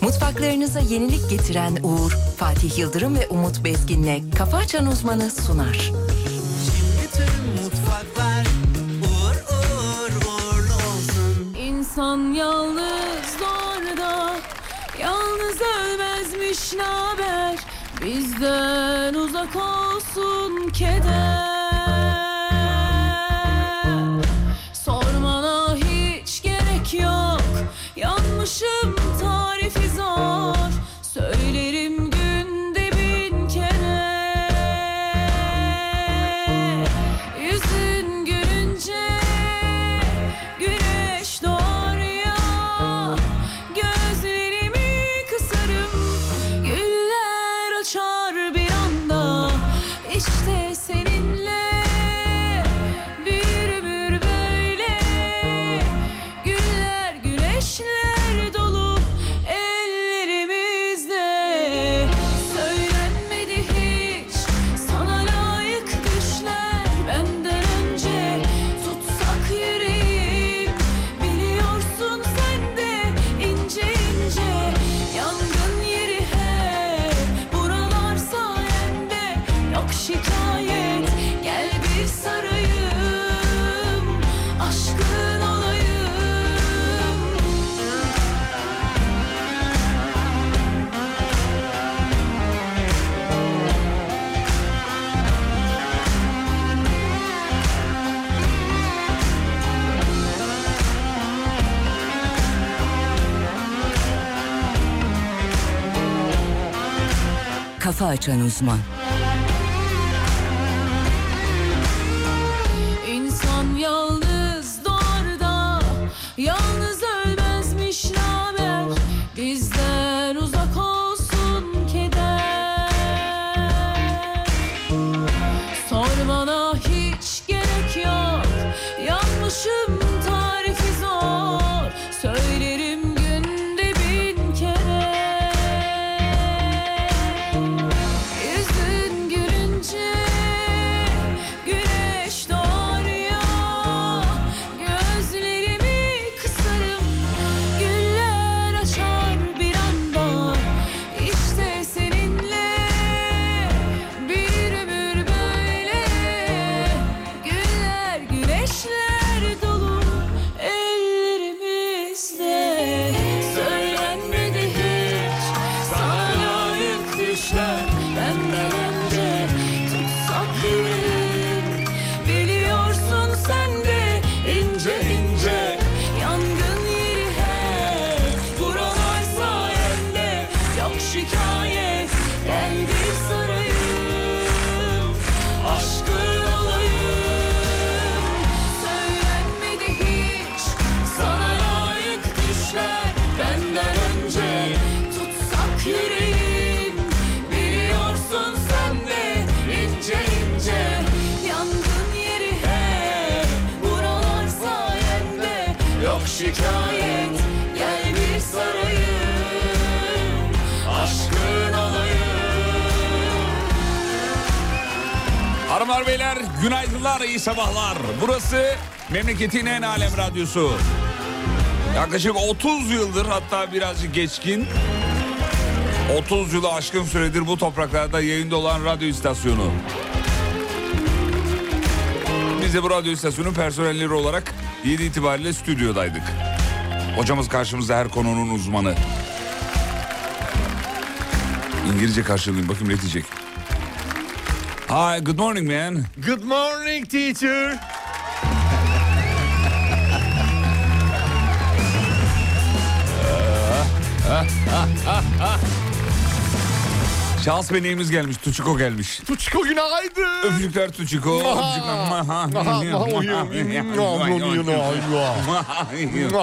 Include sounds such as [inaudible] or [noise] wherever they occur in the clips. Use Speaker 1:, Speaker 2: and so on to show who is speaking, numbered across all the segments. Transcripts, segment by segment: Speaker 1: Mutfaklarınıza yenilik getiren Uğur, Fatih Yıldırım ve Umut Bezgin'le Kafa Açan Uzmanı sunar.
Speaker 2: Bütün mutfaklar uğur uğur uğurlu olsun.
Speaker 3: İnsan yalnız zorda Yalnız ölmezmiş naber Bizden uzak olsun keder Sormana hiç gerek yok Yanmışım tarifi zor Söylerim günde bin kere Yüzün gülünce Güneş doğar ya Gözlerimi kısarım Güller açar bir anda İşte seninle Bir ömür böyle Güller güneşler dolu Ellerimizde Söylenmedi hiç Sana layık düşler Benden önce tutsak yüreğim Biliyorsun sen de ince ince Yangın yeri hep Buralar sayende Yok şikayet Gel bir sarayım Aşkın olayım
Speaker 1: Kafa Açan Uzman
Speaker 3: İnsan yalnız doğar da Yalnız ölmezmiş naber Bizden uzak olsun keder Sormana hiç gerek yok Yanmışım tarifi zor Söylerim günde bin kere Yüzün gülünce güneş doğuyor Gözlerimi kısarım güller açar bir anda İşte seninle bir ömür böyle Güller güneşler dolu ellerimizde Söylenmedi hiç sana layık düşler Benden önce tutsak yüreğim Biliyorsun sen de ince ince Yangın yeri hep buralar sayende Yok şikayet gel bir sarayım Aşkın olayım Söylenmedi hiç sana layık düşler Benden önce tutsak yüreğim Biliyorsun sen de ince ince Yandın yeri hep buralar sayende Yok şikayet gel bir sarayım Aşkın olayım
Speaker 4: Hanımlar beyler günaydınlar iyi sabahlar. Burası memleketin en alem radyosu. Yaklaşık 30 yıldır hatta birazcık geçkin 30 yılı aşkın süredir bu topraklarda yayında olan radyo istasyonu. Biz de bu radyo istasyonu personelleri olarak 7 itibariyle stüdyodaydık. Hocamız karşımızda her konunun uzmanı. İngilizce karşılayayım bakayım ne diyecek. Hi, good morning man.
Speaker 5: Good morning teacher.
Speaker 4: Şans beneğimiz gelmiş. Tuçiko gelmiş.
Speaker 5: Tuçko günaydın.
Speaker 4: Öpücükler Tuçiko.
Speaker 5: Aha.
Speaker 4: öpücükler. Maha.
Speaker 5: Aha, maha, uyuyor. Nom, nom, nom, ayva.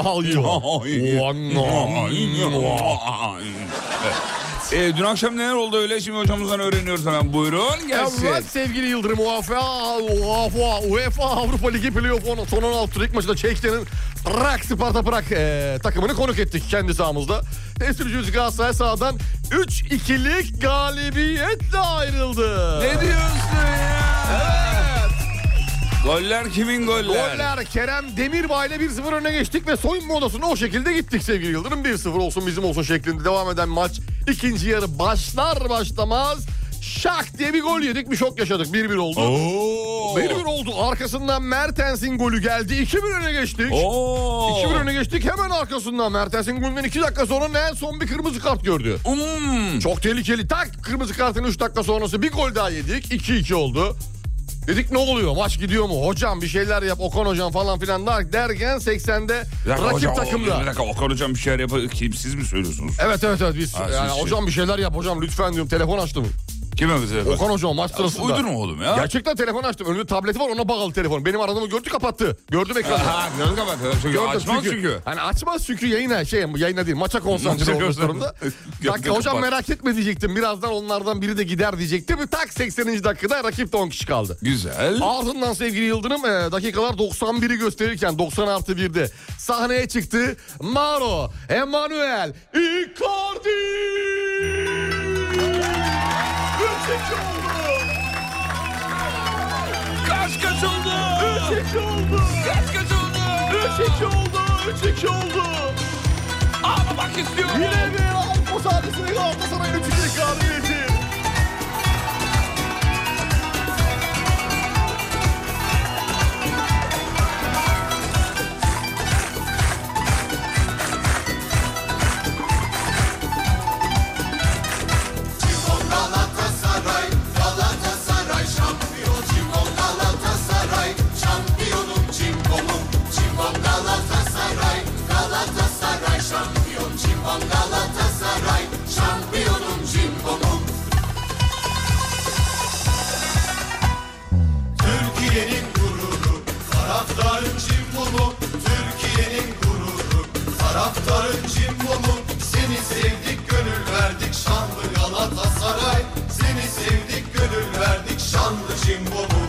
Speaker 4: Ee, dün akşam neler oldu öyle şimdi hocamızdan öğreniyoruz hemen buyurun gelsin.
Speaker 5: Evet sevgili Yıldırım UEFA, UEFA, UEFA Avrupa Ligi playoff son 16 tur ilk maçında Çekya'nın Prag Sparta Prag e, takımını konuk ettik kendi sahamızda. Temsilcimiz Galatasaray sahadan 3-2'lik galibiyetle ayrıldı.
Speaker 4: Ne diyorsun ya?
Speaker 5: Evet.
Speaker 4: Goller kimin goller?
Speaker 5: Goller Kerem Demirbağ ile 1-0 öne geçtik ve soyunma odasına o şekilde gittik sevgili Yıldırım. 1-0 olsun bizim olsun şeklinde devam eden maç. ikinci yarı başlar başlamaz şak diye bir gol yedik bir şok yaşadık. 1-1 oldu.
Speaker 4: Oo.
Speaker 5: 1-1 oldu. Arkasından Mertens'in golü geldi. 2-1 öne geçtik.
Speaker 4: Oo.
Speaker 5: 2-1 öne geçtik hemen arkasından Mertens'in golünden 2 dakika sonra en son bir kırmızı kart gördü.
Speaker 4: Hmm.
Speaker 5: Çok tehlikeli. Tak kırmızı kartın 3 dakika sonrası bir gol daha yedik. 2-2 oldu. Dedik ne oluyor maç gidiyor mu? Hocam bir şeyler yap Okan hocam falan filan der- derken 80'de
Speaker 4: Bir dakika
Speaker 5: rakip
Speaker 4: hocam,
Speaker 5: takımda.
Speaker 4: Bir dakika Okan hocam bir şeyler yapıyor. Kim siz mi söylüyorsunuz?
Speaker 5: Evet evet evet biz
Speaker 4: Ha, siz
Speaker 5: yani
Speaker 4: şey-
Speaker 5: hocam bir şeyler yap hocam lütfen diyorum telefon açtım.
Speaker 4: Kime bize?
Speaker 5: Okan hocam maç sırasında.
Speaker 4: Uydurma oğlum ya.
Speaker 5: Gerçekten telefon açtım. Önünde tableti var ona bağlı telefon. Benim aradığımı gördü kapattı. Gördüm ekranı.
Speaker 4: Ha, gördün kapat. Çünkü
Speaker 5: Gördüm
Speaker 4: şey açmaz çünkü.
Speaker 5: Hani açmaz çünkü yayına şey yayına değil maça konsantre
Speaker 4: Maça
Speaker 5: olmuş
Speaker 4: konsantre.
Speaker 5: durumda.
Speaker 4: Yok,
Speaker 5: Bak
Speaker 4: yok,
Speaker 5: hocam
Speaker 4: bak.
Speaker 5: merak etme diyecektim. Birazdan onlardan biri de gider diyecektim. Tak 80. dakikada rakipte 10 kişi kaldı.
Speaker 4: Güzel.
Speaker 5: Ardından sevgili Yıldırım e, dakikalar 91'i gösterirken 90 artı 1'de sahneye çıktı. Mauro, Emmanuel, Icardi! 3-2 oldu!
Speaker 4: Kaç kaç oldu?
Speaker 5: 3-2 oldu!
Speaker 4: Kaç kaç oldu?
Speaker 5: 3-2 oldu! 3-2 oldu!
Speaker 4: Ağlamak istiyorum.
Speaker 5: Yine bir Avrupa sahnesine Galatasaray'ın üçüncü galibiyeti.
Speaker 6: Türkiye'nin gururu, taraftarın cimbomu. Türkiye'nin gururu, taraftarın cimbomu. Seni sevdik, gönül verdik şanlı Galatasaray. Seni sevdik, gönül verdik şanlı cimbomu.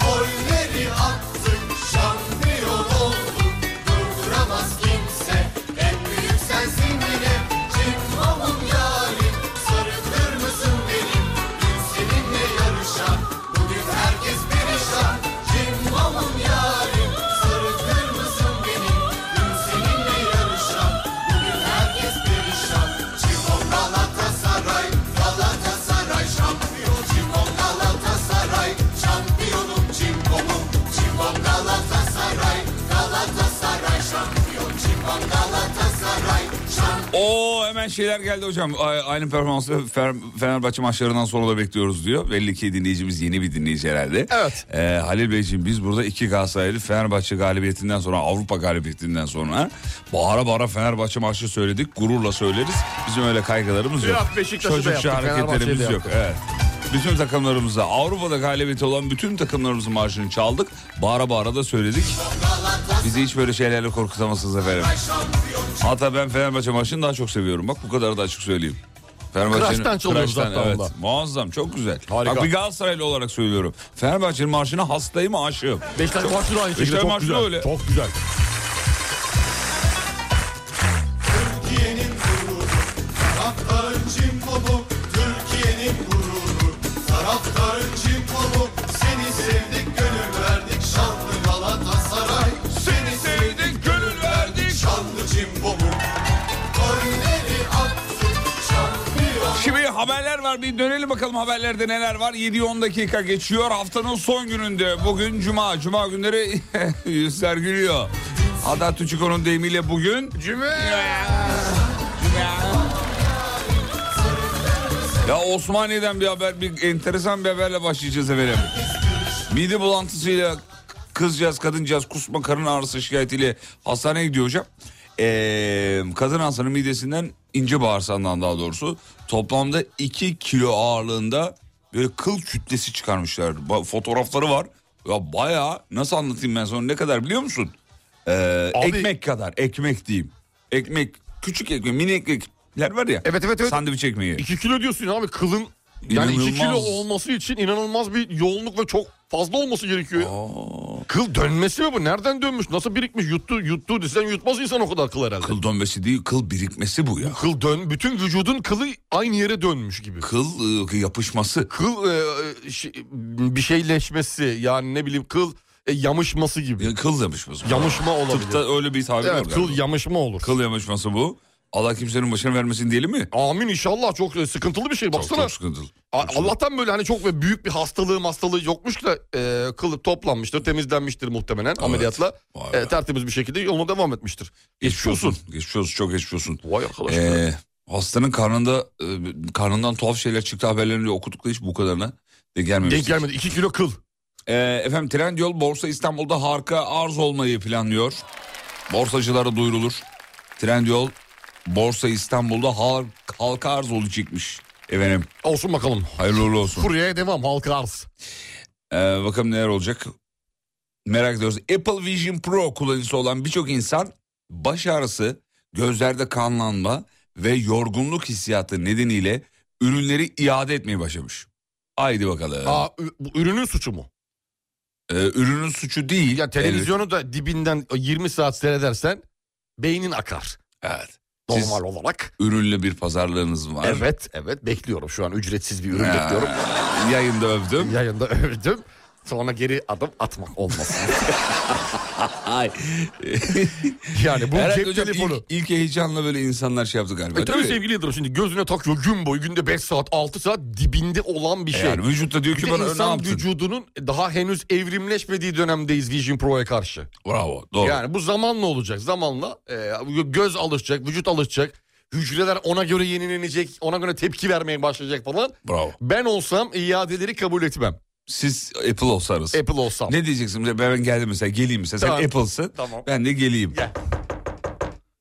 Speaker 6: Golleri attık, şampiyon olduk. Durduramaz kimse, en büyük sensin yine. Cimbomum yarim, sarı kırmızım benim. Dün seninle yarışan, bugün herkes perişan. Cimbomum yarim, sarı kırmızım benim. Dün seninle yarışan, bugün herkes perişan. Cimbom Galatasaray, Galatasaray şampiyon. Cimbom Galatasaray, şampiyonum cimbomum. Cimbom Galatasaray, Galatasaray şampiyon. Cimbom Galatasaray, şampiyon.
Speaker 4: Oo hemen şeyler geldi hocam. A- Aynı performansı Fer- Fenerbahçe maçlarından sonra da bekliyoruz diyor. Belli ki dinleyicimiz yeni bir dinleyici herhalde.
Speaker 5: Evet.
Speaker 4: Ee, Halil Beyciğim biz burada iki Galatasaraylı Fenerbahçe galibiyetinden sonra Avrupa galibiyetinden sonra bağıra bağıra Fenerbahçe marşı söyledik. Gururla söyleriz. Bizim öyle kaygılarımız yok.
Speaker 5: Yok, Beşiktaş'ı da
Speaker 4: Çocukça
Speaker 5: yaptık, Fenerbahçe'yi de
Speaker 4: hareketlerimiz yok.
Speaker 5: yaptık.
Speaker 4: Evet. Bütün takımlarımıza Avrupa'da galibiyeti olan bütün takımlarımızın marşını çaldık. Bağıra bağıra da söyledik. Bizi hiç böyle şeylerle korkutamazsınız efendim. Hatta ben Fenerbahçe maçını daha çok seviyorum. Bak bu kadar da açık söyleyeyim. Fenerbahçe'nin
Speaker 5: Kıraçtan çalıyoruz
Speaker 4: Kıraçtan,
Speaker 5: hatta
Speaker 4: evet.
Speaker 5: onda.
Speaker 4: Muazzam çok güzel.
Speaker 5: Harika.
Speaker 4: Bak bir Galatasaraylı olarak söylüyorum. Fenerbahçe'nin marşına hastayım aşığım.
Speaker 5: Beşiktaş maçı da aynı şekilde
Speaker 4: Beşiktaş
Speaker 5: çok
Speaker 4: maçı da
Speaker 5: güzel.
Speaker 4: öyle.
Speaker 5: Çok güzel.
Speaker 6: Türkiye'nin gururu, taraftarın cimbomu. Türkiye'nin gururu, taraftarın cimbomu. Seni sevdik, gönül verdik, şanlı Galatasaray. Seni sevdik, gönül verdik, şanlı cimbomu. Golleri attık, şampiyon.
Speaker 4: Şimdi haberler var bir dönelim bakalım haberlerde neler var. 7-10 dakika geçiyor haftanın son gününde. Bugün cuma. Cuma günleri [laughs] yüzler gülüyor. Hatta Tüçüko'nun deyimiyle bugün... Cuma. Ya Osmaniye'den bir haber, bir enteresan bir haberle başlayacağız efendim. Mide bulantısıyla kızcağız, kadıncağız kusma karın ağrısı şikayetiyle hastaneye gidiyor hocam. Ee, kadın hastanın midesinden ince bağırsağından daha doğrusu toplamda 2 kilo ağırlığında böyle kıl kütlesi çıkarmışlar. Ba- fotoğrafları var. Ya bayağı nasıl anlatayım ben sonra ne kadar biliyor musun? Ee,
Speaker 5: Abi-
Speaker 4: ekmek kadar ekmek diyeyim. Ekmek küçük ekmek mini ekmekler var ya.
Speaker 5: Evet, evet, evet.
Speaker 4: Sandviç ekmeği.
Speaker 5: 2 kilo diyorsun abi kılın yani 2
Speaker 4: İnanılmaz.
Speaker 5: kilo olması için inanılmaz bir yoğunluk ve çok fazla olması gerekiyor. ya. Kıl dönmesi mi bu? Nereden dönmüş? Nasıl birikmiş? Yuttu, yuttu desen yutmaz insan o kadar kıl herhalde.
Speaker 4: Kıl
Speaker 5: Kıl,
Speaker 4: dönmesi değil kıl birikmesi bu ya.
Speaker 5: dön, bütün vücudun kılı aynı yere dönmüş gibi.
Speaker 4: Kıl e, yapışması.
Speaker 5: Kıl e, e, şey- bir şeyleşmesi yani ne bileyim kıl E, yamışması gibi.
Speaker 4: Ya Kıl yamışması.
Speaker 5: Yamışma olabilir.
Speaker 4: Tıpta öyle bir tabir var
Speaker 5: evet
Speaker 4: galiba.
Speaker 5: kıl yamışma olur.
Speaker 4: Kıl yamışması bu. Allah kimsenin başına vermesin diyelim mi?
Speaker 5: Amin inşallah çok e, sıkıntılı bir şey
Speaker 4: Çok,
Speaker 5: baksana.
Speaker 4: çok sıkıntılı.
Speaker 5: A- Allah'tan böyle hani çok ve büyük bir hastalığı hastalığı yokmuş da e, kılıp toplanmıştır, temizlenmiştir muhtemelen ameliyatla.
Speaker 4: Vay
Speaker 5: E,
Speaker 4: be.
Speaker 5: tertemiz bir şekilde yoluna devam etmiştir.
Speaker 4: Geçmiş olsun. Geçmiş olsun. Çok geçmiş olsun.
Speaker 5: Vay arkadaş. ya.
Speaker 4: Ee, hastanın karnında e, karnından tuhaf şeyler çıktı haberlerini okuduk da hiç bu kadarına denk gelmemiştik.
Speaker 5: Denk gelmedi 2 kilo kıl.
Speaker 4: Ee, efendim Trendyol Borsa İstanbul'da harika arz olmayı planlıyor. Borsacılara duyurulur. Trendyol Borsa İstanbul'da har- halka arz olacakmış. Efendim
Speaker 5: Olsun bakalım.
Speaker 4: hayırlı uğurlu olsun.
Speaker 5: Buraya devam halka arz.
Speaker 4: Ee, bakalım neler olacak. Merak ediyoruz. Apple Vision Pro kullanıcısı olan birçok insan baş ağrısı, gözlerde kanlanma ve yorgunluk hissiyatı nedeniyle ürünleri iade etmeye başlamış. Haydi bakalım.
Speaker 5: Aa, ü- bu ürünün suçu mu?
Speaker 4: Ee, ürünün suçu değil.
Speaker 5: Ya televizyonu da dibinden 20 saat seyredersen beynin akar.
Speaker 4: Evet. evet.
Speaker 5: Normal
Speaker 4: Siz-
Speaker 5: olarak.
Speaker 4: Ürünle bir pazarlığınız var.
Speaker 5: Evet, evet bekliyorum şu an ücretsiz bir ürün
Speaker 4: Ya,
Speaker 5: bekliyorum.
Speaker 4: Yayında övdüm.
Speaker 5: Yayında övdüm. Sonra geri adım atmak olmasın.
Speaker 4: [laughs] Ay.
Speaker 5: yani bu
Speaker 4: Herhalde
Speaker 5: cep
Speaker 4: hocam
Speaker 5: telefonu.
Speaker 4: Ilk, ilk heyecanla böyle insanlar şey yaptı galiba.
Speaker 5: E tabii
Speaker 4: değil mi?
Speaker 5: sevgili Yıldırım şimdi gözüne takıyor gün boyu günde 5 saat 6 saat dibinde olan bir şey.
Speaker 4: Yani vücutta diyor
Speaker 5: bir
Speaker 4: ki
Speaker 5: de
Speaker 4: bana ne
Speaker 5: insan
Speaker 4: yaptın?
Speaker 5: vücudunun daha henüz evrimleşmediği dönemdeyiz Vision Pro'ya karşı.
Speaker 4: Bravo. Doğru.
Speaker 5: şey- Yani bu zamanla olacak. Zamanla e, göz alışacak, vücut alışacak. Hücreler ona göre yenilenecek, ona göre tepki vermeye başlayacak falan.
Speaker 4: Bravo.
Speaker 5: Ben olsam iadeleri kabul etmem.
Speaker 4: Siz Apple olsanız.
Speaker 5: Apple olsam.
Speaker 4: Ne diyeceksin? Mesela Ben geldim mesela geleyim mesela. Sen
Speaker 5: Tamam.
Speaker 4: Apple'sın.
Speaker 5: Tamam.
Speaker 4: Ben de geleyim.
Speaker 5: Gel.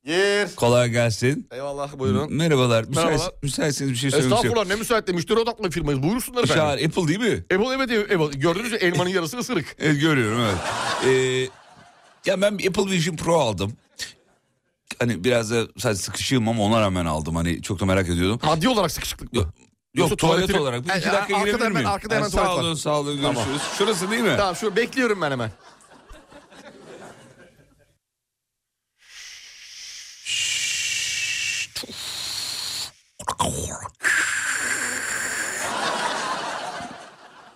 Speaker 5: Gir.
Speaker 4: Kolay gelsin.
Speaker 5: Eyvallah buyurun.
Speaker 4: Merhabalar. Müsait,
Speaker 5: Merhabalar.
Speaker 4: Müsaitseniz bir şey söylemek istiyorum.
Speaker 5: Estağfurullah ne müsaitle müşteri odaklı firmayız. Buyursunlar efendim.
Speaker 4: Şahar Apple değil mi?
Speaker 5: Apple evet Apple. Gördünüz mü elmanın yarısı ısırık.
Speaker 4: [laughs] Evet görüyorum evet. Ee, ya ben bir Apple Vision Pro aldım. Hani biraz da sadece sıkışığım ama ona rağmen aldım. Hani çok da merak ediyordum.
Speaker 5: Maddi olarak sıkışıklık mı?
Speaker 4: Yok, Yok tuvalet
Speaker 5: tuvaletini-
Speaker 4: olarak. Bir iki
Speaker 5: E,
Speaker 4: dakika
Speaker 5: arkada
Speaker 4: girebilir
Speaker 5: hemen-
Speaker 4: miyim?
Speaker 5: arkada hemen
Speaker 4: Ha, sağ
Speaker 5: tuvalet var.
Speaker 4: olun sağ olun görüşürüz.
Speaker 5: Tamam.
Speaker 4: Şurası değil mi?
Speaker 5: Tamam şu bekliyorum ben hemen.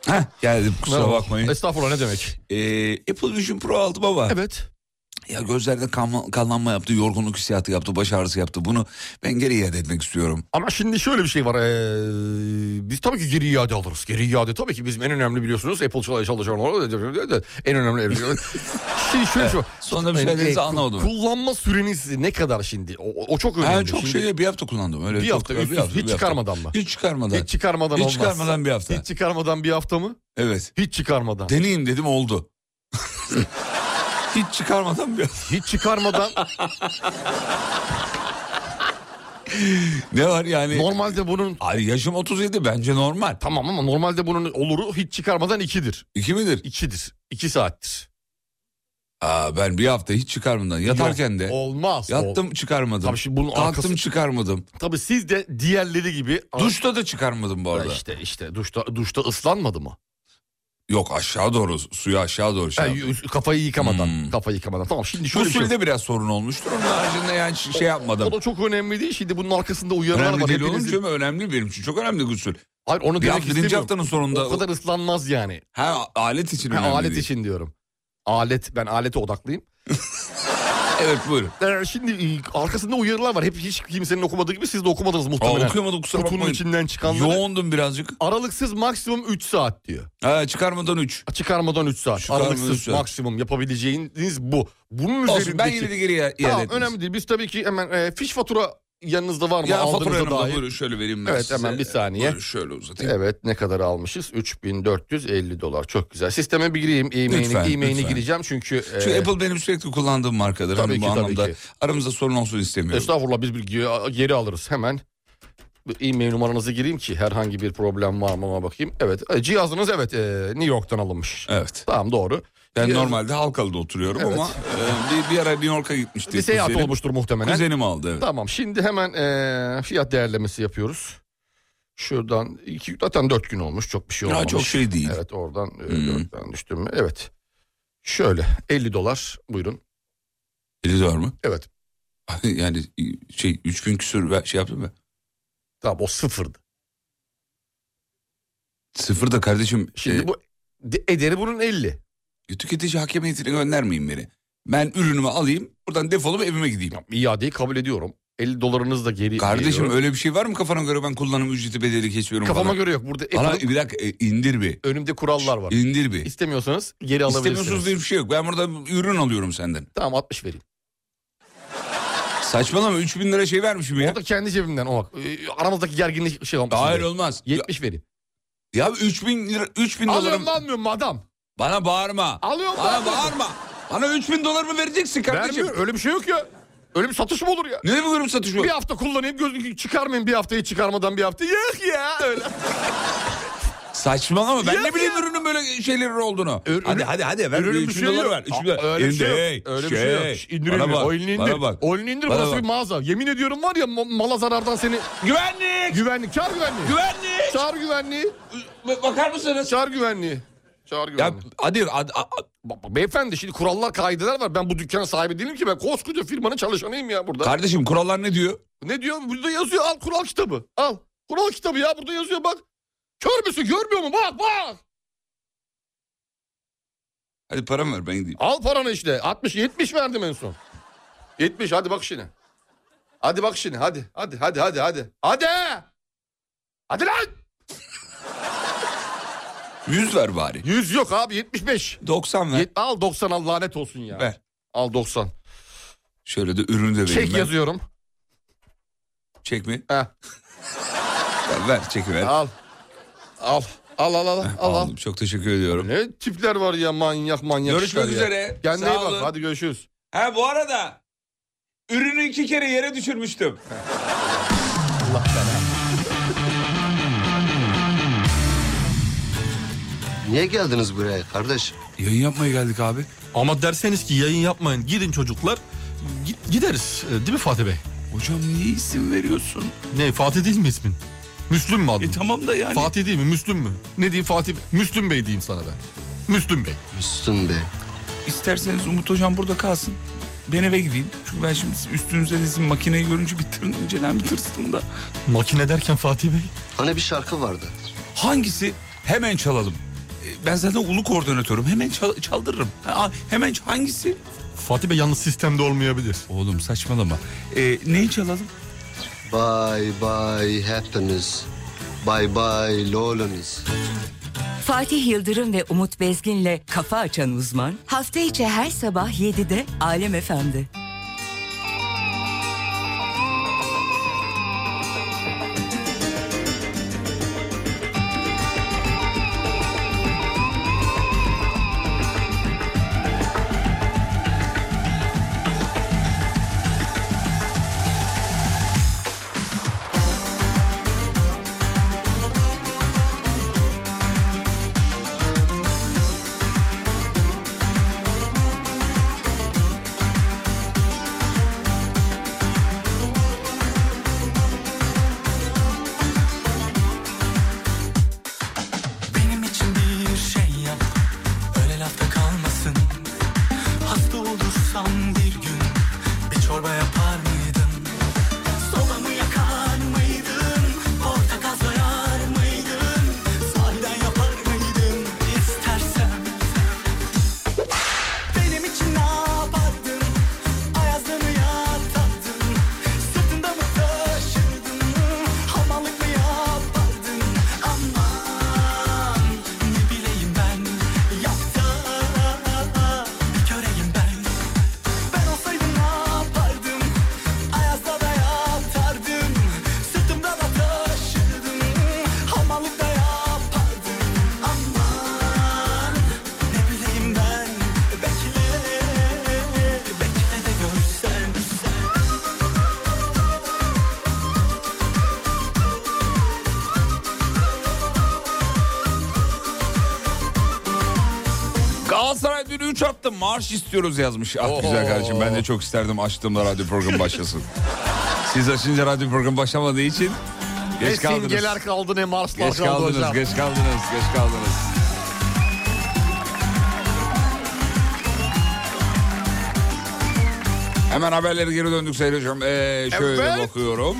Speaker 4: Heh, geldim kusura
Speaker 5: Merhaba.
Speaker 4: bakmayın.
Speaker 5: Estağfurullah ne demek?
Speaker 4: Ee, Apple Vision Pro aldım ama.
Speaker 5: Evet.
Speaker 4: Ya gözlerde kanla- kanlanma yaptı, yorgunluk hissiyatı yaptı, baş ağrısı yaptı. Bunu ben geri iade etmek istiyorum.
Speaker 5: Ama şimdi şöyle bir şey var. ee, biz tabii ki geri iade alırız. Geri iade tabii ki bizim en önemli biliyorsunuz. Apple çalış- çalışanlar en önemli.
Speaker 4: [laughs]
Speaker 5: şimdi şöyle bir şey var.
Speaker 4: Sonunda bir şeylerinizi
Speaker 5: Ee,
Speaker 4: anlamadım.
Speaker 5: Kullanma süreniz ne kadar şimdi? O, o- o çok önemli.
Speaker 4: Ha, çok
Speaker 5: Şimdi
Speaker 4: şey bir hafta kullandım. Öyle
Speaker 5: Bir
Speaker 4: çok-
Speaker 5: hafta, üst üste, hiç çıkarmadan mı?
Speaker 4: Hiç çıkarmadan.
Speaker 5: Hiç çıkarmadan
Speaker 4: Hiç
Speaker 5: olmaz.
Speaker 4: çıkarmadan bir hafta.
Speaker 5: Hiç çıkarmadan bir hafta mı?
Speaker 4: Evet.
Speaker 5: Hiç çıkarmadan.
Speaker 4: Deneyeyim dedim oldu. [laughs] hiç çıkarmadan bir hafta.
Speaker 5: Hiç çıkarmadan.
Speaker 4: [laughs] Ne var yani?
Speaker 5: normalde bunun
Speaker 4: Ay yaşım 37 bence normal.
Speaker 5: tamam ama normalde bunun oluru hiç çıkarmadan ikidir.
Speaker 4: İki midir?
Speaker 5: İkidir. İki saattir.
Speaker 4: Aa, ben bir hafta hiç çıkarmadan yatarken
Speaker 5: Yok,
Speaker 4: de
Speaker 5: Olmaz. Ol-
Speaker 4: yattım çıkarmadım.
Speaker 5: Tabii şimdi bunun
Speaker 4: Kalktım
Speaker 5: arkası-
Speaker 4: çıkarmadım.
Speaker 5: Tabii siz de diğerleri gibi.
Speaker 4: Duşta da çıkarmadım bu
Speaker 5: Ha,
Speaker 4: arada.
Speaker 5: işte işte duşta duşta ıslanmadı mı?
Speaker 4: Yok aşağı doğru suya aşağı doğru şey
Speaker 5: Ha,
Speaker 4: yaptım.
Speaker 5: y- kafayı yıkamadan.
Speaker 4: Hmm.
Speaker 5: Kafayı yıkamadan. Tamam şimdi şöyle
Speaker 4: Bu
Speaker 5: bir şey.
Speaker 4: sürede biraz sorun olmuştur. Onun haricinde yani ş- şey
Speaker 5: O
Speaker 4: yapmadım.
Speaker 5: da çok önemli değil. Şimdi bunun arkasında uyarılar
Speaker 4: Önemli
Speaker 5: var.
Speaker 4: değil
Speaker 5: Hepinizin-
Speaker 4: oğlum canım, önemli benim için. Çok önemli gusül.
Speaker 5: Hayır onu
Speaker 4: Bir
Speaker 5: demek
Speaker 4: hafta, birinci
Speaker 5: istemiyorum.
Speaker 4: haftanın sonunda.
Speaker 5: O kadar ıslanmaz yani.
Speaker 4: Ha, alet için
Speaker 5: Ha,
Speaker 4: önemli
Speaker 5: alet
Speaker 4: değil.
Speaker 5: için diyorum. Alet ben alete odaklıyım.
Speaker 4: [laughs] Evet buyurun.
Speaker 5: Ee, şimdi e, arkasında uyarılar var. Hep hiç kimsenin okumadığı gibi siz de okumadınız
Speaker 4: Aa,
Speaker 5: muhtemelen.
Speaker 4: okuyamadım kusura
Speaker 5: Kutunun
Speaker 4: bakmayın.
Speaker 5: içinden çıkanları.
Speaker 4: Yoğundum birazcık.
Speaker 5: Aralıksız maksimum 3 saat diyor.
Speaker 4: Ha, çıkarmadan 3.
Speaker 5: Çıkarmadan 3 saat.
Speaker 4: Çıkarmadan
Speaker 5: Aralıksız
Speaker 4: üç saat.
Speaker 5: maksimum yapabileceğiniz bu. Bunun üzerindeki...
Speaker 4: Olsun ben yine de geri iade
Speaker 5: Tamam
Speaker 4: ettiniz.
Speaker 5: önemli değil. Biz tabii ki hemen e, fiş fatura yanınızda var mı?
Speaker 4: Ya
Speaker 5: Aldığınıza
Speaker 4: fatura yanımda
Speaker 5: dair.
Speaker 4: buyurun şöyle vereyim ben
Speaker 5: Evet,
Speaker 4: size.
Speaker 5: hemen bir saniye.
Speaker 4: Buyurun şöyle uzatayım.
Speaker 5: Evet ne kadar almışız? 3450 dolar. Çok güzel. Sisteme bir gireyim. E-mail'ini,
Speaker 4: Lütfen,
Speaker 5: e-mail'ini
Speaker 4: lütfen.
Speaker 5: gireceğim çünkü... e,
Speaker 4: Çünkü Apple benim sürekli kullandığım markadır.
Speaker 5: Tabii
Speaker 4: Hani
Speaker 5: ki,
Speaker 4: bu
Speaker 5: tabii
Speaker 4: anlamda
Speaker 5: ki.
Speaker 4: aramızda sorun olsun istemiyorum.
Speaker 5: Estağfurullah biz bir ge- geri alırız hemen. Bu E-mail numaranızı gireyim ki herhangi bir problem var mı ona bakayım. Evet e, cihazınız evet e, New York'tan alınmış.
Speaker 4: Evet.
Speaker 5: Tamam doğru.
Speaker 4: Ben
Speaker 5: Cihaz-
Speaker 4: normalde Halkalı'da oturuyorum
Speaker 5: Evet.
Speaker 4: ama e, bir, bir ara New York'a gitmiştik.
Speaker 5: Bir seyahat
Speaker 4: Kuzenim-
Speaker 5: olmuştur muhtemelen.
Speaker 4: Kuzenim aldı evet.
Speaker 5: Tamam şimdi hemen e, fiyat değerlemesi yapıyoruz. Şuradan iki, zaten dört gün olmuş çok bir şey
Speaker 4: Ya
Speaker 5: olmamış.
Speaker 4: çok şey değil.
Speaker 5: Evet oradan e, dörtten düştüm mü? Evet. Şöyle 50 dolar buyurun.
Speaker 4: Televizyon mu?
Speaker 5: Evet.
Speaker 4: [laughs] yani şey 3000 küsür ver- şey yaptım mı?
Speaker 5: Tamam o sıfırdı.
Speaker 4: Sıfır da kardeşim.
Speaker 5: Şimdi
Speaker 4: e,
Speaker 5: bu de- ederi bunun 50.
Speaker 4: E, tüketici hakem heyetine göndermeyin beni. Ben ürünümü alayım buradan defolup evime gideyim.
Speaker 5: İadeyi kabul ediyorum. 50 dolarınız da geri
Speaker 4: Kardeşim
Speaker 5: veriyorum.
Speaker 4: öyle bir şey var mı kafana göre ben kullanım ücreti bedeli kesiyorum
Speaker 5: Kafama
Speaker 4: falan.
Speaker 5: göre yok. Burada
Speaker 4: Bana
Speaker 5: Apple'ın
Speaker 4: bir dakika e, indir bir.
Speaker 5: önümde kurallar var.
Speaker 4: İndir bir.
Speaker 5: İstemiyorsanız geri
Speaker 4: İstemiyorsunuz
Speaker 5: alabilirsiniz.
Speaker 4: diye bir şey yok. Ben burada ürün alıyorum senden.
Speaker 5: Tamam 60 vereyim.
Speaker 4: Saçmalama 3000 lira şey vermişim ya.
Speaker 5: O da kendi cebimden o bak. Ee, Aramızdaki gerginlik şey olmuş.
Speaker 4: Hayır olmaz. Ya,
Speaker 5: 70 vereyim.
Speaker 4: ya 3000 lira 3000
Speaker 5: Alıyorum
Speaker 4: dolarım.
Speaker 5: mu almıyorum mu adam?
Speaker 4: Bana bağırma.
Speaker 5: Alıyorum mu
Speaker 4: Bana
Speaker 5: almıyorum mu?
Speaker 4: bağırma. Bana 3000 dolar mı vereceksin kardeşim?
Speaker 5: Vermiyor. Öyle bir şey yok ya. Öyle bir satış mı olur ya?
Speaker 4: Ne bu ürün satışı bu?
Speaker 5: Bir hafta kullanayım gözünü çıkarmayayım bir haftayı çıkarmadan bir hafta. Yok ya öyle.
Speaker 4: Saçmalama ben
Speaker 5: Ya
Speaker 4: ne bileyim
Speaker 5: ya.
Speaker 4: ürünün böyle şeyleri olduğunu.
Speaker 5: Ürünün-
Speaker 4: hadi hadi hadi ver.
Speaker 5: Ürünün bir
Speaker 4: 3000
Speaker 5: şey
Speaker 4: dolar
Speaker 5: yok.
Speaker 4: ver. 3000
Speaker 5: Aa,
Speaker 4: dolar.
Speaker 5: Öyle bir şey
Speaker 4: İndi,
Speaker 5: yok. Öyle bir şey yok. Şş, İndir
Speaker 4: Bana
Speaker 5: elini.
Speaker 4: bak,
Speaker 5: O elini
Speaker 4: bana
Speaker 5: indir.
Speaker 4: bak.
Speaker 5: O elini indir.
Speaker 4: Bana
Speaker 5: Burası
Speaker 4: bak.
Speaker 5: bir mağaza. Yemin ediyorum var ya ma- mala zarardan seni
Speaker 4: Güvenlik!
Speaker 5: güvenlik. Çağır güvenliği.
Speaker 4: Güvenlik!
Speaker 5: Çağır güvenliği.
Speaker 4: Bakar mısınız?
Speaker 5: Çağır güvenliği. Çağır
Speaker 4: Ya
Speaker 5: güvenliği.
Speaker 4: hadi hadi- a- a-
Speaker 5: Bak, bak, beyefendi şimdi kurallar kaideler var. Ben bu dükkanın sahibi değilim ki. Ben koskoca firmanın çalışanıyım ya burada.
Speaker 4: kardeşim kurallar ne diyor?
Speaker 5: ne diyor? Burada yazıyor. Al kural kitabı. Al. Kural kitabı ya. Burada yazıyor bak. Kör müsün? Görmüyor mu? Bak bak.
Speaker 4: Hadi param ver ben gideyim.
Speaker 5: Al paranı işte. 60 70 verdim en son. 70 hadi bak şimdi. Hadi bak şimdi hadi. Hadi hadi hadi hadi. Hadi. Hadi lan.
Speaker 4: 100 ver bari.
Speaker 5: 100 yok abi 75.
Speaker 4: 90 ver.
Speaker 5: Yet- al 90 al lanet olsun ya.
Speaker 4: Ver.
Speaker 5: Al 90.
Speaker 4: Şöyle de ürünü de vereyim
Speaker 5: Çek
Speaker 4: ben.
Speaker 5: yazıyorum.
Speaker 4: Çek mi?
Speaker 5: Heh.
Speaker 4: Ver, ver çeki ver.
Speaker 5: Al. Al. Al al al al. al.
Speaker 4: Aldım, Çok teşekkür ediyorum.
Speaker 5: Ne tipler var ya manyak manyak.
Speaker 4: Görüşmek
Speaker 5: işler ya.
Speaker 4: üzere.
Speaker 5: Kendine
Speaker 4: Sağ
Speaker 5: iyi bak
Speaker 4: olun.
Speaker 5: hadi görüşürüz.
Speaker 4: Ha bu arada ürünü iki kere yere
Speaker 5: [laughs]
Speaker 4: düşürmüştüm.
Speaker 7: Niye geldiniz buraya kardeş?
Speaker 4: Yayın yapmaya geldik abi.
Speaker 8: Ama derseniz ki yayın yapmayın gidin çocuklar gi- gideriz E, değil mi Fatih Bey?
Speaker 4: Hocam niye isim veriyorsun?
Speaker 8: Ne Fatih değil mi ismin? Müslüm mü adın?
Speaker 4: E tamam da yani.
Speaker 8: Fatih değil mi Müslüm mü? Ne diyeyim Fatih? Müslüm Bey diyeyim sana ben. Müslüm Bey.
Speaker 7: Müslüm Bey.
Speaker 4: İsterseniz Umut hocam burada kalsın. Ben eve gideyim. Çünkü ben şimdi üstünüze dizim makineyi görünce bitirin önceden bir tırstım da.
Speaker 8: Makine derken Fatih Bey?
Speaker 7: Hani bir şarkı vardı.
Speaker 4: Hangisi? Hemen çalalım. E, Ben zaten ulu koordinatörüm. Hemen çal- çaldırırım. Ha, hemen ç- hangisi?
Speaker 8: Fatih Bey yalnız sistemde olmayabilir.
Speaker 4: Oğlum saçmalama. E, neyi çalalım?
Speaker 7: Bye bye happiness. Bye bye loneliness.
Speaker 1: Fatih Yıldırım ve Umut Bezgin'le Kafa Açan Uzman hafta içi her sabah 7'de Alem Efendi.
Speaker 6: Benim için bir şey yap Öyle lafta kalmasın Hasta olursam bir gün Bir çorba yapar mıydın Sobamı yakar mıydın Portakal soyar mıydın Sahiden yapar mıydın İstersen Benim için ne yapardın Ayazda mı yatardın Sırtında mı taşırdın Hamallık mı yapardın Aman ne bileyim ben Yapsa bir köreyim ben Ben olsaydım ne yapardım Ayazda da yatardım Sırtımda da taşırdım Hamallık da yapardım Aman ne bileyim ben Bekle Bekle de görsen sen
Speaker 4: Galatasaray dün 3 attı. Marş istiyoruz yazmış. Ah güzel kardeşim ben de çok isterdim açtığımda radyo programı [laughs] başlasın. Siz açınca radyo programı başlamadığı için
Speaker 5: Ne
Speaker 4: geç kaldınız.
Speaker 5: simgeler kaldı ne marslar
Speaker 4: Geç
Speaker 5: kaldı
Speaker 4: kaldınız,
Speaker 5: hocam.
Speaker 4: geç kaldınız, geç kaldınız. Hemen haberlere geri döndük Sayın Hocam. Ee, şöyle
Speaker 5: Evet.
Speaker 4: bakıyorum.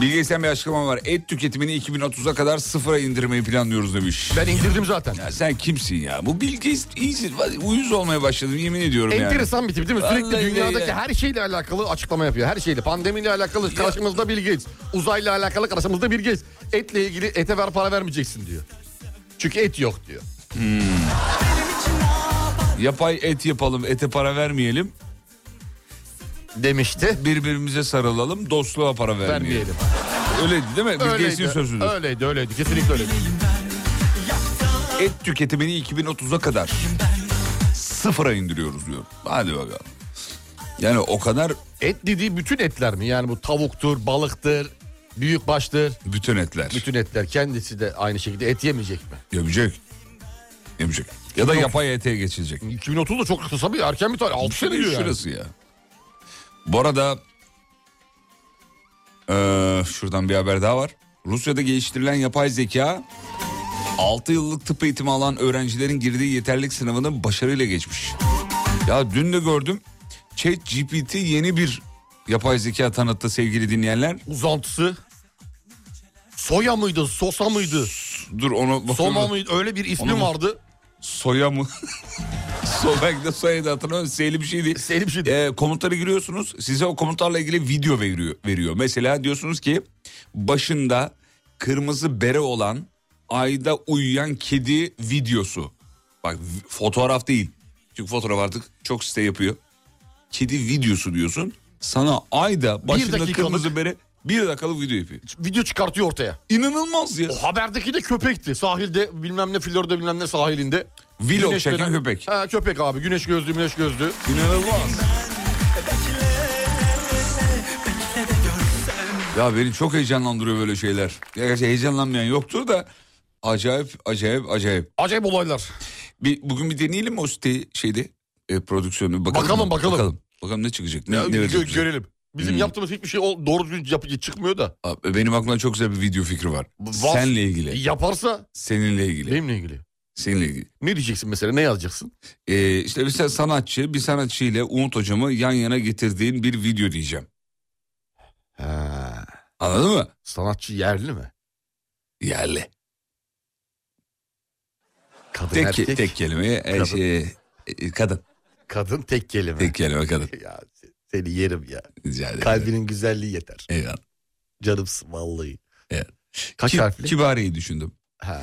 Speaker 4: Bilge İsten bir açıklama var. Et tüketimini 2030'a kadar sıfıra indirmeyi planlıyoruz demiş.
Speaker 5: Ben indirdim zaten.
Speaker 4: Ya sen kimsin ya? Bu Bilge İst- İst- var- uyuz olmaya başladım yemin ediyorum yani.
Speaker 5: Enteresan bir tip değil mi? Sürekli
Speaker 4: Vallahi
Speaker 5: dünyadaki
Speaker 4: ya.
Speaker 5: her şeyle alakalı açıklama yapıyor. Her şeyle. Pandemiyle alakalı karşımızda Bill Gates. Uzayla alakalı karşımızda Bill Gates. Etle ilgili ete ver para vermeyeceksin diyor. Çünkü et yok diyor.
Speaker 4: Hmm. Yapay et yapalım, ete para vermeyelim.
Speaker 5: Demişti.
Speaker 4: Birbirimize sarılalım, dostluğa para vermeyelim.
Speaker 5: Vermeyelim.
Speaker 4: Öyleydi değil mi? Bilge İst'in
Speaker 5: Öyleydi.
Speaker 4: sözüdür.
Speaker 5: Öyleydi öyleydi. Kesinlikle öyleydi.
Speaker 4: Et tüketimini 2030'a kadar sıfıra indiriyoruz diyor. Hadi bakalım. Yani o kadar
Speaker 5: Et dediği bütün etler mi? Yani bu tavuktur, balıktır, büyükbaştır.
Speaker 4: bütün etler.
Speaker 5: Bütün etler. Kendisi de aynı şekilde et yemeyecek mi?
Speaker 4: Yapacak. Yapacak. Ya da yapay şey ete geçilecek.
Speaker 5: 2030 da çok kısa bir erken bir tarih. 6 sene diyor yani.
Speaker 4: Şurası ya. Bu arada eee, şuradan bir haber daha var. Rusya'da geliştirilen yapay zeka 6 yıllık tıp eğitimi alan öğrencilerin girdiği yeterlik sınavını başarıyla geçmiş. Ya dün de gördüm. Chat GPT yeni bir yapay zeka tanıttı sevgili dinleyenler.
Speaker 5: Uzantısı. Soya mıydı? Sosa mıydı?
Speaker 4: Dur onu
Speaker 5: Soma
Speaker 4: bakıyorum.
Speaker 5: mıydı? Öyle bir ismi
Speaker 4: Onu-
Speaker 5: vardı.
Speaker 4: Soya mı? [laughs] Soya da soyadı hatırlamıyorum. Seyli bir şey değil.
Speaker 5: Seyli bir şey değil.
Speaker 4: e, komutlara giriyorsunuz. Size o komutlarla ilgili video veriyor. veriyor. Mesela diyorsunuz ki başında kırmızı bere olan ayda uyuyan kedi videosu. Bak v- fotoğraf değil. Çünkü fotoğraf artık çok site yapıyor. Kedi videosu diyorsun. Sana ayda başında
Speaker 5: dakikalık-
Speaker 4: kırmızı bere bir dakikalık video yapıyor.
Speaker 5: Video çıkartıyor ortaya.
Speaker 4: İnanılmaz ya.
Speaker 5: O haberdeki de köpekti. Sahilde bilmem ne Florida bilmem ne sahilinde.
Speaker 4: Vlog
Speaker 5: Güneş
Speaker 4: çeken
Speaker 5: dönen-
Speaker 4: köpek.
Speaker 5: Ha, köpek abi. Güneş gözlü güneş gözlü.
Speaker 4: İnanılmaz. Ya beni çok heyecanlandırıyor böyle şeyler. Ya gerçi heyecanlanmayan yoktur da acayip acayip acayip.
Speaker 5: Acayip olaylar.
Speaker 4: Bir, bugün bir deneyelim mi o siteyi şeyde e, prodüksiyonu bakalım.
Speaker 5: Bakalım,
Speaker 4: mı?
Speaker 5: bakalım.
Speaker 4: Bakalım, Bakalım ne çıkacak ne, Hmm.
Speaker 5: Ya,
Speaker 4: ne
Speaker 5: gö-
Speaker 4: verecek bize?
Speaker 5: görelim. Bizim yaptığımız hiçbir şey o- doğru düzgün yapıcı çıkmıyor da.
Speaker 4: Abi, Benim aklımda çok güzel bir video fikri var.
Speaker 5: Vaz-
Speaker 4: Senle ilgili.
Speaker 5: E, Yaparsa
Speaker 4: Seninle ilgili.
Speaker 5: benimle ilgili.
Speaker 4: Seninle ilgili.
Speaker 5: Ne diyeceksin mesela? Ne yazacaksın?
Speaker 4: Ee, işte mesela sanatçı bir sanatçı ile Umut hocamı yan yana getirdiğin bir video diyeceğim.
Speaker 5: Ha,
Speaker 4: Anladın mı?
Speaker 5: sanatçı yerli mi?
Speaker 4: Yerli.
Speaker 5: Kadın
Speaker 4: Tek,
Speaker 5: erkek.
Speaker 4: tek kelime kadın.
Speaker 5: Kadın.
Speaker 4: şey, e, kadın.
Speaker 5: Kadın tek kelime.
Speaker 4: Tek kelime kadın.
Speaker 5: [laughs] Ya se- seni yerim ya.
Speaker 4: Rica ederim.
Speaker 5: Kalbinin güzelliği yeter.
Speaker 4: Eyvallah.
Speaker 5: Canımsın vallahi.
Speaker 4: Evet.
Speaker 5: Kaç
Speaker 4: Ki-
Speaker 5: harfli?
Speaker 4: Kibari'yi düşündüm.
Speaker 5: Ha.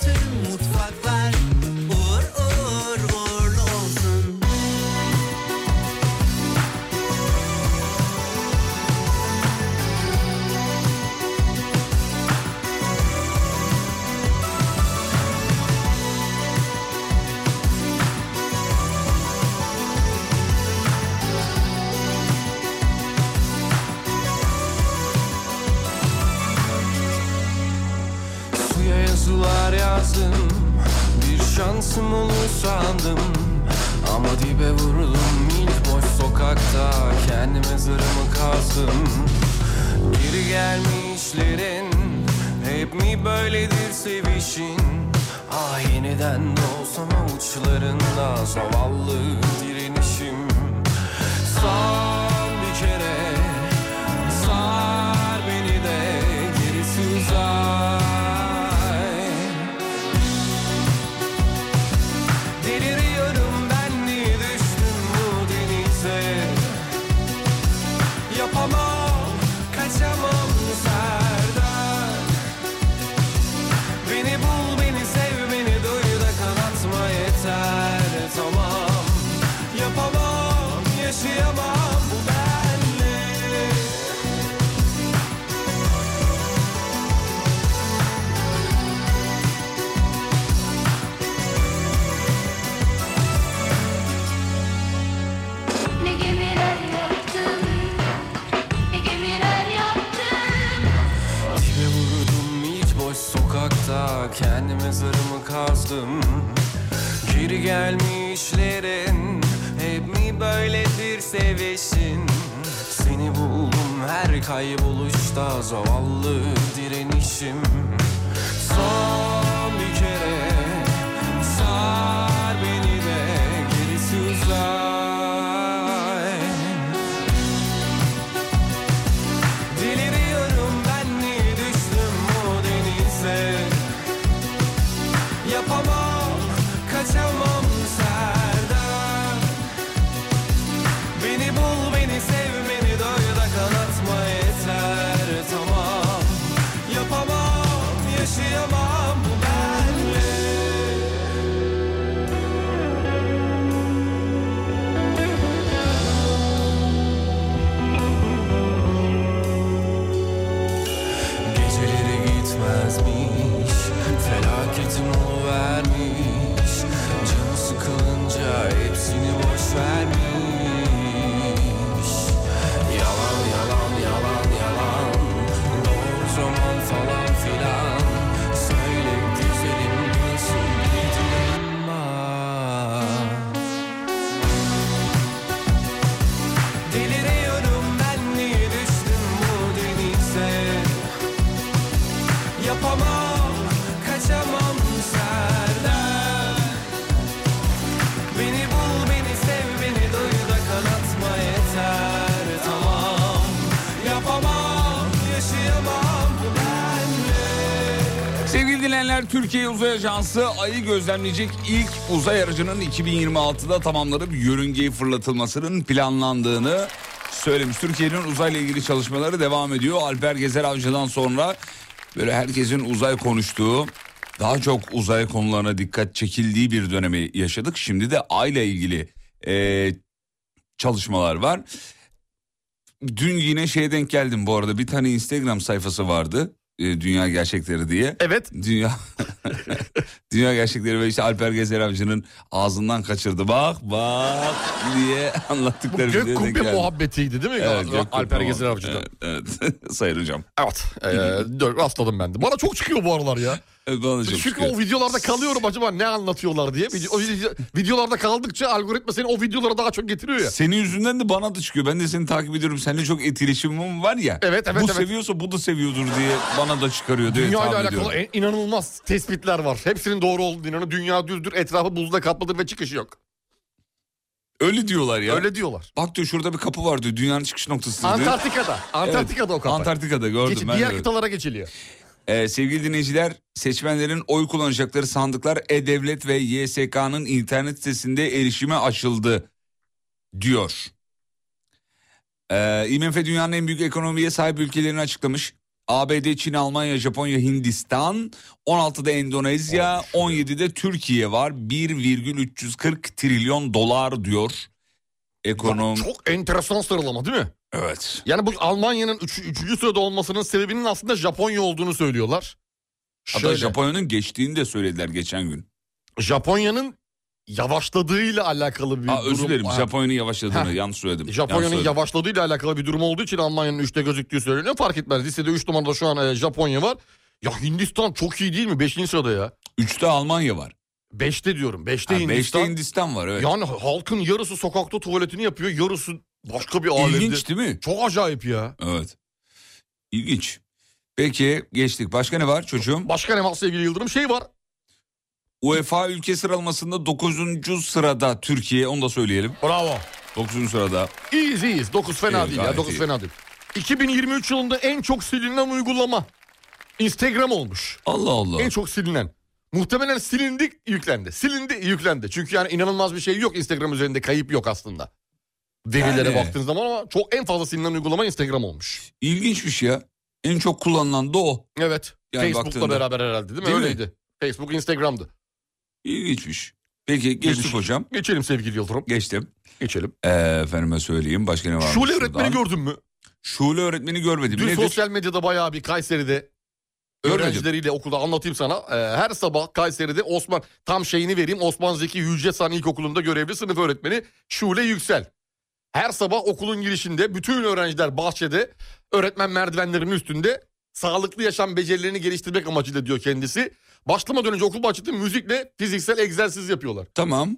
Speaker 9: Bütün mutfaklar uğur uğur uğurlu olsun.
Speaker 10: Suya yazılar yazdım Bir şansım olur sandım Ama dibe vuruldum ilk boş sokakta Kendime zırhımı kazdım Geri gelmişlerin Hep mi böyledir sevişin Ah yeniden doğsam uçlarında Zavallı direnişim Son bir kere Sar beni de gerisi uzay Deliriyorum ben niye düştüm bu denize Yapamam kaçamam serden Beni bul beni sev beni duy da kanatma yeter tamam Yapamam yaşayamam bu benle
Speaker 6: Ne gemiler yaptın Ne gemiler yaptın
Speaker 10: Dibe vurdum hiç boş sokakta Kendime zarımı kazdım Geri gelmişlerin Hep mi böyledir sevişin Seni buldum her kayboluşta Zavallı direnişim Son bir kere Sar beni
Speaker 4: Gezegenler Türkiye Uzay Ajansı ayı gözlemleyecek ilk uzay aracının 2026'da tamamlanıp yörüngeye fırlatılmasının planlandığını söylemiş. Türkiye'nin uzayla ilgili çalışmaları devam ediyor. Alper Gezer Avcı'dan sonra böyle herkesin uzay konuştuğu, daha çok uzay konularına dikkat çekildiği bir dönemi yaşadık. Şimdi de ayla ilgili eee, çalışmalar var. Dün yine şeye denk geldim bu arada. Bir tane Instagram sayfası vardı. e, Dünya Gerçekleri diye.
Speaker 5: Evet.
Speaker 4: Dünya [laughs] Dünya Gerçekleri ve işte Alper Gezer Avcı'nın ağzından kaçırdı. Bak bak diye
Speaker 5: Bu
Speaker 4: anlattıkları
Speaker 5: gök
Speaker 4: videoya denk
Speaker 5: kubbe
Speaker 4: geldim.
Speaker 5: muhabbetiydi değil mi?
Speaker 4: Evet, gök kubbe
Speaker 5: Alper
Speaker 4: muhabbeti.
Speaker 5: Gezer Avcı'da.
Speaker 4: Evet, evet. [laughs] Sayın hocam.
Speaker 5: Evet. Ee, dö- rastladım ben de. Bana çok çıkıyor bu aralar ya.
Speaker 4: Evet, bana çok
Speaker 5: Çünkü
Speaker 4: şükür.
Speaker 5: o videolarda kalıyorum acaba ne anlatıyorlar diye. Video- o video- videolarda kaldıkça algoritma seni o videolara daha çok getiriyor ya.
Speaker 4: Senin yüzünden de bana da çıkıyor. Ben de seni takip ediyorum. Seninle çok etkileşimim var ya.
Speaker 5: Evet, evet,
Speaker 4: Bu
Speaker 5: evet.
Speaker 4: seviyorsa bu da seviyordur diye bana da çıkarıyor diye
Speaker 5: Dünya ile
Speaker 4: tahmin
Speaker 5: alakalı
Speaker 4: ediyorum.
Speaker 5: en- inanılmaz tespitler var. Hepsinin doğru olduğunu inanın. Dünya düzdür, etrafı buzla kaplıdır ve çıkışı yok.
Speaker 4: Öyle diyorlar ya.
Speaker 5: Öyle diyorlar.
Speaker 4: Bak diyor şurada bir kapı var diyor. Dünyanın çıkış noktası diyor.
Speaker 5: Antarktika'da. Antarktika'da o
Speaker 4: Evet,
Speaker 5: kapı.
Speaker 4: Antarktika'da gördüm
Speaker 5: Geç-
Speaker 4: ben.
Speaker 5: diğer
Speaker 4: de.
Speaker 5: kıtalara geçiliyor.
Speaker 4: Ee, sevgili dinleyiciler seçmenlerin oy kullanacakları sandıklar E-Devlet ve YSK'nın internet sitesinde erişime açıldı diyor. Ee, IMF dünyanın en büyük ekonomiye sahip ülkelerini açıklamış. ABD, Çin, Almanya, Japonya, Hindistan, 16'da Endonezya, 17'de Türkiye var. 1,340 trilyon dolar diyor ekonomi.
Speaker 5: Çok enteresan sıralama değil mi?
Speaker 4: Evet.
Speaker 5: Yani bu Almanya'nın 3. Üç, üçüncü sırada olmasının sebebinin aslında Japonya olduğunu söylüyorlar.
Speaker 4: Hatta
Speaker 5: Şöyle,
Speaker 4: Japonya'nın geçtiğini de söylediler geçen gün.
Speaker 5: Japonya'nın yavaşladığıyla alakalı bir
Speaker 4: Aa,
Speaker 5: durum.
Speaker 4: özür dilerim
Speaker 5: Ha,
Speaker 4: Japonya'nın yavaşladığını
Speaker 5: Heh.
Speaker 4: yanlış söyledim. Yanlış
Speaker 5: Japonya'nın
Speaker 4: söyledim.
Speaker 5: yavaşladığıyla alakalı bir durum olduğu için Almanya'nın 3'te gözüktüğü söyleniyor. Fark etmez. Listede 3 numarada şu an e, Japonya var. Ya Hindistan çok iyi değil mi? 5. sırada ya.
Speaker 4: Üçte Almanya var.
Speaker 5: 5'te diyorum. 5'te
Speaker 4: Ha,
Speaker 5: Hindistan.
Speaker 4: beşte Hindistan var evet.
Speaker 5: Yani halkın yarısı sokakta tuvaletini yapıyor. Yarısı başka bir alemde.
Speaker 4: İlginç değil mi?
Speaker 5: Çok acayip ya.
Speaker 4: Evet. İlginç. Peki geçtik. Başka ne var çocuğum?
Speaker 5: Başka ne var sevgili Yıldırım? Şey var.
Speaker 4: UEFA ülke sıralamasında 9. sırada Türkiye onu da söyleyelim.
Speaker 5: Bravo.
Speaker 4: 9. sırada.
Speaker 5: İyiyiz iyiyiz. 9 fena
Speaker 4: Evet,
Speaker 5: değil ya.
Speaker 4: gayet
Speaker 5: 9
Speaker 4: iyi.
Speaker 5: fena değil. 2023 yılında en çok silinen uygulama. Instagram olmuş.
Speaker 4: Allah Allah.
Speaker 5: En çok silinen. Muhtemelen silindi yüklendi. Silindi yüklendi. Çünkü yani inanılmaz bir şey yok Instagram üzerinde kayıp yok aslında. Verilere
Speaker 4: Yani.
Speaker 5: baktığınız zaman ama çok en fazla silinen uygulama Instagram olmuş.
Speaker 4: İlginçmiş şey ya. En çok kullanılan da o.
Speaker 5: Evet.
Speaker 4: Yani
Speaker 5: Facebook'la
Speaker 4: baktığında-
Speaker 5: beraber herhalde değil mi?
Speaker 4: Değil mi?
Speaker 5: Öyleydi. Facebook, Instagram'dı.
Speaker 4: İlginçmiş. Peki geçtik
Speaker 5: Geçtik.
Speaker 4: hocam.
Speaker 5: Geçelim sevgili Yıldırım.
Speaker 4: Geçtim.
Speaker 5: Geçelim.
Speaker 4: Ee, efendime söyleyeyim. Başka ne var?
Speaker 5: Şule öğretmeni gördün mü?
Speaker 4: Şule öğretmeni görmedim.
Speaker 5: Dün
Speaker 4: Nedir?
Speaker 5: sosyal medyada bayağı bir Kayseri'de
Speaker 4: Görmedim.
Speaker 5: öğrencileriyle okulda anlatayım sana. Ee, her sabah Kayseri'de Osman tam şeyini vereyim. Osman Zeki Yücesan İlkokulu'nda görevli sınıf öğretmeni Şule Yüksel. Her sabah okulun girişinde bütün öğrenciler bahçede öğretmen merdivenlerinin üstünde sağlıklı yaşam becerilerini geliştirmek amacıyla diyor kendisi. Başlamadan önce okul bahçede müzikle fiziksel egzersiz yapıyorlar.
Speaker 4: Tamam.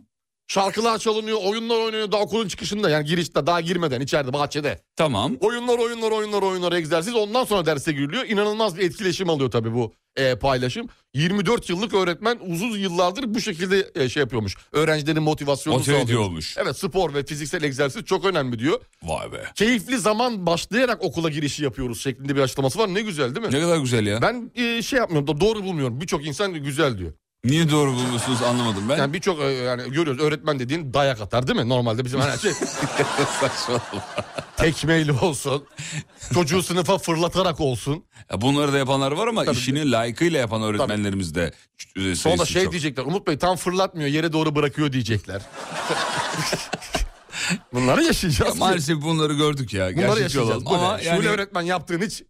Speaker 5: Şarkılar çalınıyor, oyunlar oynanıyor daha okulun çıkışında yani girişte daha girmeden içeride bahçede.
Speaker 4: Tamam.
Speaker 5: Oyunlar oyunlar oyunlar oyunlar egzersiz ondan sonra derse giriliyor. İnanılmaz bir etkileşim alıyor tabii bu e, paylaşım. 24 yıllık öğretmen uzun yıllardır bu şekilde e, şey yapıyormuş. Öğrencilerin motivasyonunu
Speaker 4: Motive
Speaker 5: sağlıyor.
Speaker 4: ediyor olmuş.
Speaker 5: Evet spor ve fiziksel egzersiz çok önemli diyor.
Speaker 4: Vay be.
Speaker 5: Keyifli zaman başlayarak okula girişi yapıyoruz şeklinde bir açıklaması var. Ne güzel değil mi?
Speaker 4: Ne kadar güzel ya.
Speaker 5: Ben e, şey yapmıyorum da doğru bulmuyorum. Birçok insan güzel diyor.
Speaker 4: Niye doğru bulmuyorsunuz anlamadım ben.
Speaker 5: Yani birçok e, yani görüyoruz öğretmen dediğin dayak atar değil mi? Normalde bizim hani şey
Speaker 4: [laughs] Saçmalama.
Speaker 5: tekmeyle olsun. Çocuğu sınıfa fırlatarak olsun.
Speaker 4: Ya E, Bunları da yapanlar var ama işini layıkıyla yapan öğretmenlerimiz de e,
Speaker 5: Sonra
Speaker 4: sayısı
Speaker 5: da şey
Speaker 4: çok.
Speaker 5: diyecekler. Umut Bey tam fırlatmıyor yere doğru bırakıyor diyecekler. Bunları yaşayacağız.
Speaker 4: Ya
Speaker 5: ki.
Speaker 4: Maalesef bunları gördük ya.
Speaker 5: Bunları
Speaker 4: Gerçekçi
Speaker 5: yaşayacağız.
Speaker 4: olalım.
Speaker 5: Bu ne?
Speaker 4: Ama yani
Speaker 5: Şule öğretmen yaptığın hiç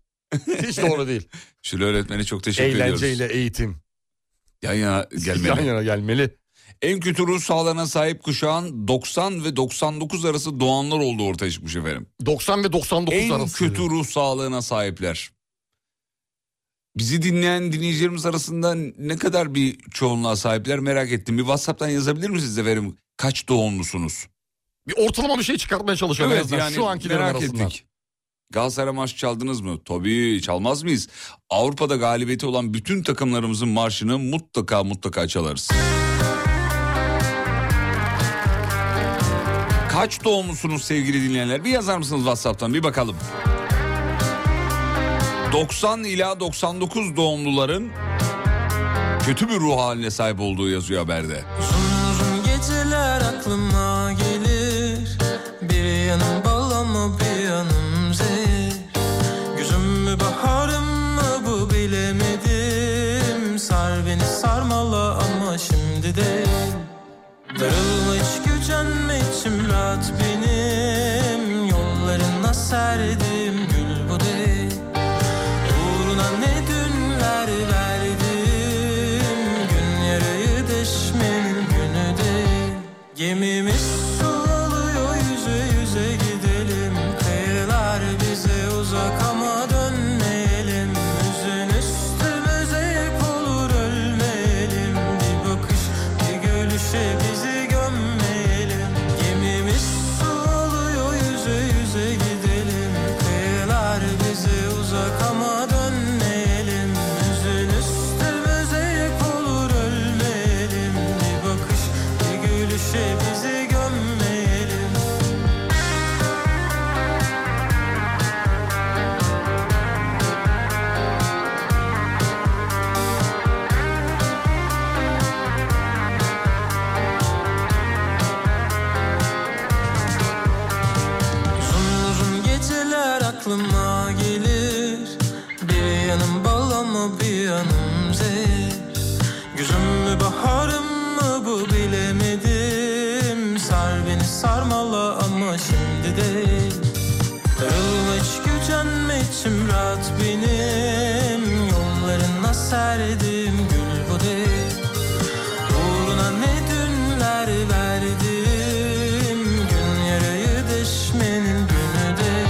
Speaker 5: hiç doğru değil.
Speaker 4: [laughs] Şule öğretmeni çok teşekkür ediyoruz.
Speaker 5: Eğlenceyle eğitim.
Speaker 4: [laughs] Yan yana gelmeli.
Speaker 5: Yan yana gelmeli.
Speaker 4: En kötü ruh sağlığına sahip kuşağın 90 ve 99 arası doğanlar olduğu ortaya çıkmış efendim.
Speaker 5: 90 ve 99
Speaker 4: en
Speaker 5: arası.
Speaker 4: kötü ruh sağlığına sahipler. Bizi dinleyen dinleyicilerimiz arasında ne kadar bir çoğunluğa sahipler merak ettim. Bir WhatsApp'tan yazabilir misiniz efendim? Kaç doğumlusunuz?
Speaker 5: Bir ortalama bir şey çıkartmaya çalışıyorum en azından şu ankilerin arasından.
Speaker 4: Galatasaray marşı çaldınız mı? Tabii çalmaz mıyız? Avrupa'da galibiyeti olan bütün takımlarımızın marşını mutlaka mutlaka çalarız. Kaç doğumlusunuz sevgili dinleyenler? Bir yazar mısınız WhatsApp'tan bir bakalım. 90 ila 99 doğumluların kötü bir ruh haline sahip olduğu yazıyor haberde.
Speaker 2: Uzun geceler aklıma gelir Bir yanım bal ama bir yanım zehir Güzüm mü baharım mı bu bilemedim Sar beni sarmala ama şimdi de Darılma hiç gücenme içim rahat benim Yollarına serdim gül bu değil Uğruna ne dünler verdim Gün yarayı deşmenin günü değil Gemimiz su alıyor yüze yüze gidelim Kayalar bize uzak ama dönmeyelim Üzün üstümüze yek olur ölmeyelim Bir bakış bir gülüşe bizi gömmeyelim Gemimiz su alıyor yüze yüze gidelim Kayalar bize uzak ama dönmeyelim Üzün üstümüze yek olur ölmeyelim Bir bakış bir gülüşe bizi gömmeyelim Uzun uzun geceler aklıma gelir Bir yanım bal ama bir yanım zehir Güzüm mü baharım mı bu bilemedim Sar beni sarmala ama şimdi değil Darılma hiç gücenme içim rahat benim Yollarına serdim gül bu değil Uğruna ne dünler verdim Gün yarayı deşmenin günü de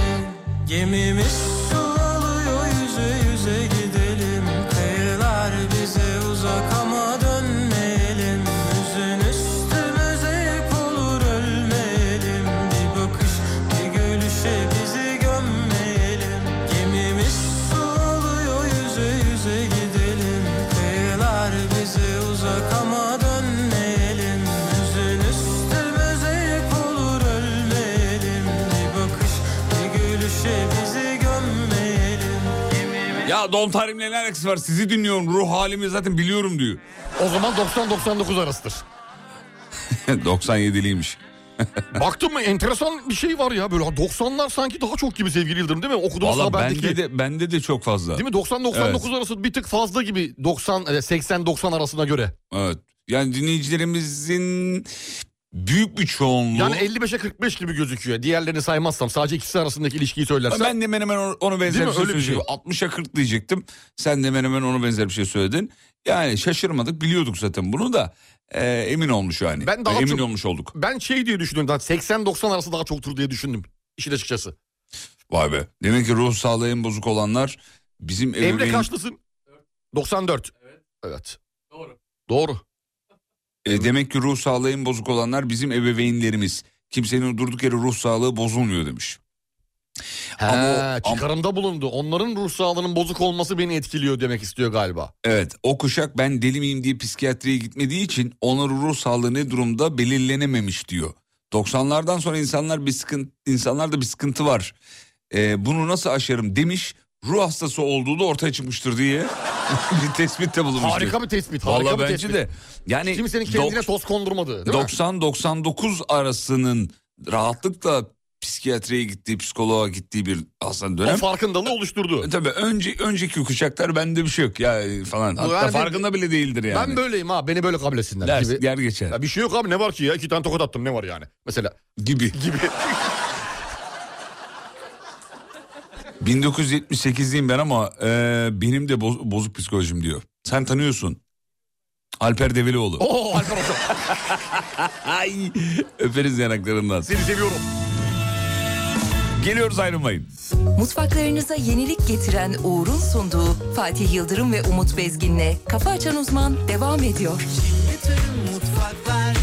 Speaker 2: Gemimiz su alıyor yüze yüze gidelim Kayalar bize uzak ama dönmeyelim Üzün üstümüze yek olur ölmeyelim Bir bakış bir gülüşe bizi gömmeyelim Gemimiz su alıyor yüze yüze gidelim Kayalar bize uzak ama dönmeyelim Üzün üstümüze yek olur ölmeyelim Bir bakış bir gülüşe bizi gömmeyelim
Speaker 4: Ya Don Tarim'le ne alakası var? Sizi dinliyorum. Ruh halimi zaten biliyorum diyor.
Speaker 5: O zaman 90-99 arasıdır.
Speaker 4: [laughs] 97'liymiş.
Speaker 5: [laughs] Baktın mı enteresan bir şey var ya böyle 90'lar sanki daha çok gibi sevgili Yıldırım değil mi? Okuduğumuz
Speaker 4: Valla
Speaker 5: haberdeki.
Speaker 4: bende de, bende de çok fazla.
Speaker 5: Değil mi? 90-99 arası bir tık fazla gibi 90 e, 80-90 arasına göre.
Speaker 4: Evet. Yani dinleyicilerimizin büyük bir çoğunluğu...
Speaker 5: Yani 55'e 45 gibi gözüküyor. Diğerlerini saymazsam sadece ikisi arasındaki ilişkiyi söylersem.
Speaker 4: ben de hemen hemen onu- ona benzer bir
Speaker 5: Değil mi?
Speaker 4: şey
Speaker 5: Öyle bir şey.
Speaker 4: söyleyeceğim. 60'a 40 diyecektim. Sen de hemen hemen ona benzer bir şey söyledin. Yani şaşırmadık biliyorduk zaten bunu da. e, emin olmuş yani. E,
Speaker 5: Ben daha
Speaker 4: emin
Speaker 5: çok-
Speaker 4: olmuş olduk.
Speaker 5: Ben şey diye düşündüm. daha 80-90 arası daha çoktur diye düşündüm. İşin açıkçası.
Speaker 4: Vay be. Demek ki ruh sağlığı en bozuk olanlar bizim
Speaker 5: Emre
Speaker 4: ebeveyn-
Speaker 5: kaçlısın? 94. Evet. Evet. Doğru. Doğru.
Speaker 4: E, demek ki ruh sağlığı en bozuk olanlar bizim ebeveynlerimiz. Kimsenin durduk yere ruh sağlığı bozulmuyor demiş.
Speaker 5: He,
Speaker 4: Ama-
Speaker 5: çıkarımda bulundu. Onların ruh sağlığının bozuk olması beni etkiliyor demek istiyor galiba.
Speaker 4: Evet o kuşak ben deli miyim diye psikiyatriye gitmediği için onların ruh sağlığı ne durumda belirlenememiş diyor. 90'lardan sonra insanlar bir sıkıntı, insanlarda bir sıkıntı var. E, bunu nasıl aşarım demiş. Ruh hastası olduğu da ortaya çıkmıştır diye [laughs] bir tespitte bulunmuş.
Speaker 5: Harika bir tespit. Harika
Speaker 4: Valla
Speaker 5: bir
Speaker 4: bence
Speaker 5: tespit.
Speaker 4: de. Yani
Speaker 5: Kimsenin
Speaker 4: dok-
Speaker 5: kendine toz kondurmadı. Değil mi?
Speaker 4: 90-99 arasının rahatlıkla psikiyatriye gittiği, psikoloğa gittiği bir aslında
Speaker 5: O
Speaker 4: dönem.
Speaker 5: farkındalığı oluşturdu.
Speaker 4: E, Tabii önce önceki kuşaklar bende bir şey yok ya falan. Hatta
Speaker 5: Yani ben-
Speaker 4: farkında bile değildir yani.
Speaker 5: Ben böyleyim ha beni böyle kabul etsinler
Speaker 4: Ders
Speaker 5: gibi.
Speaker 4: yer geçer.
Speaker 5: Ya bir şey yok abi ne var ki ya iki tane tokat attım ne var yani. [laughs] Mesela
Speaker 4: gibi.
Speaker 5: gibi.
Speaker 4: 1978'liyim ben ama e, benim de boz- bozuk psikolojim diyor. Sen tanıyorsun. Alper Develioğlu.
Speaker 5: Oo Alper Hocam
Speaker 4: [laughs] Ay öperiz yanaklarından.
Speaker 5: seni seviyorum.
Speaker 4: Geliyoruz ayrılmayın.
Speaker 1: Mutfaklarınıza yenilik getiren Uğur'un sunduğu Fatih Yıldırım ve Umut Bezgin'le Kafa Açan Uzman devam ediyor.
Speaker 2: Bütün mutfaklar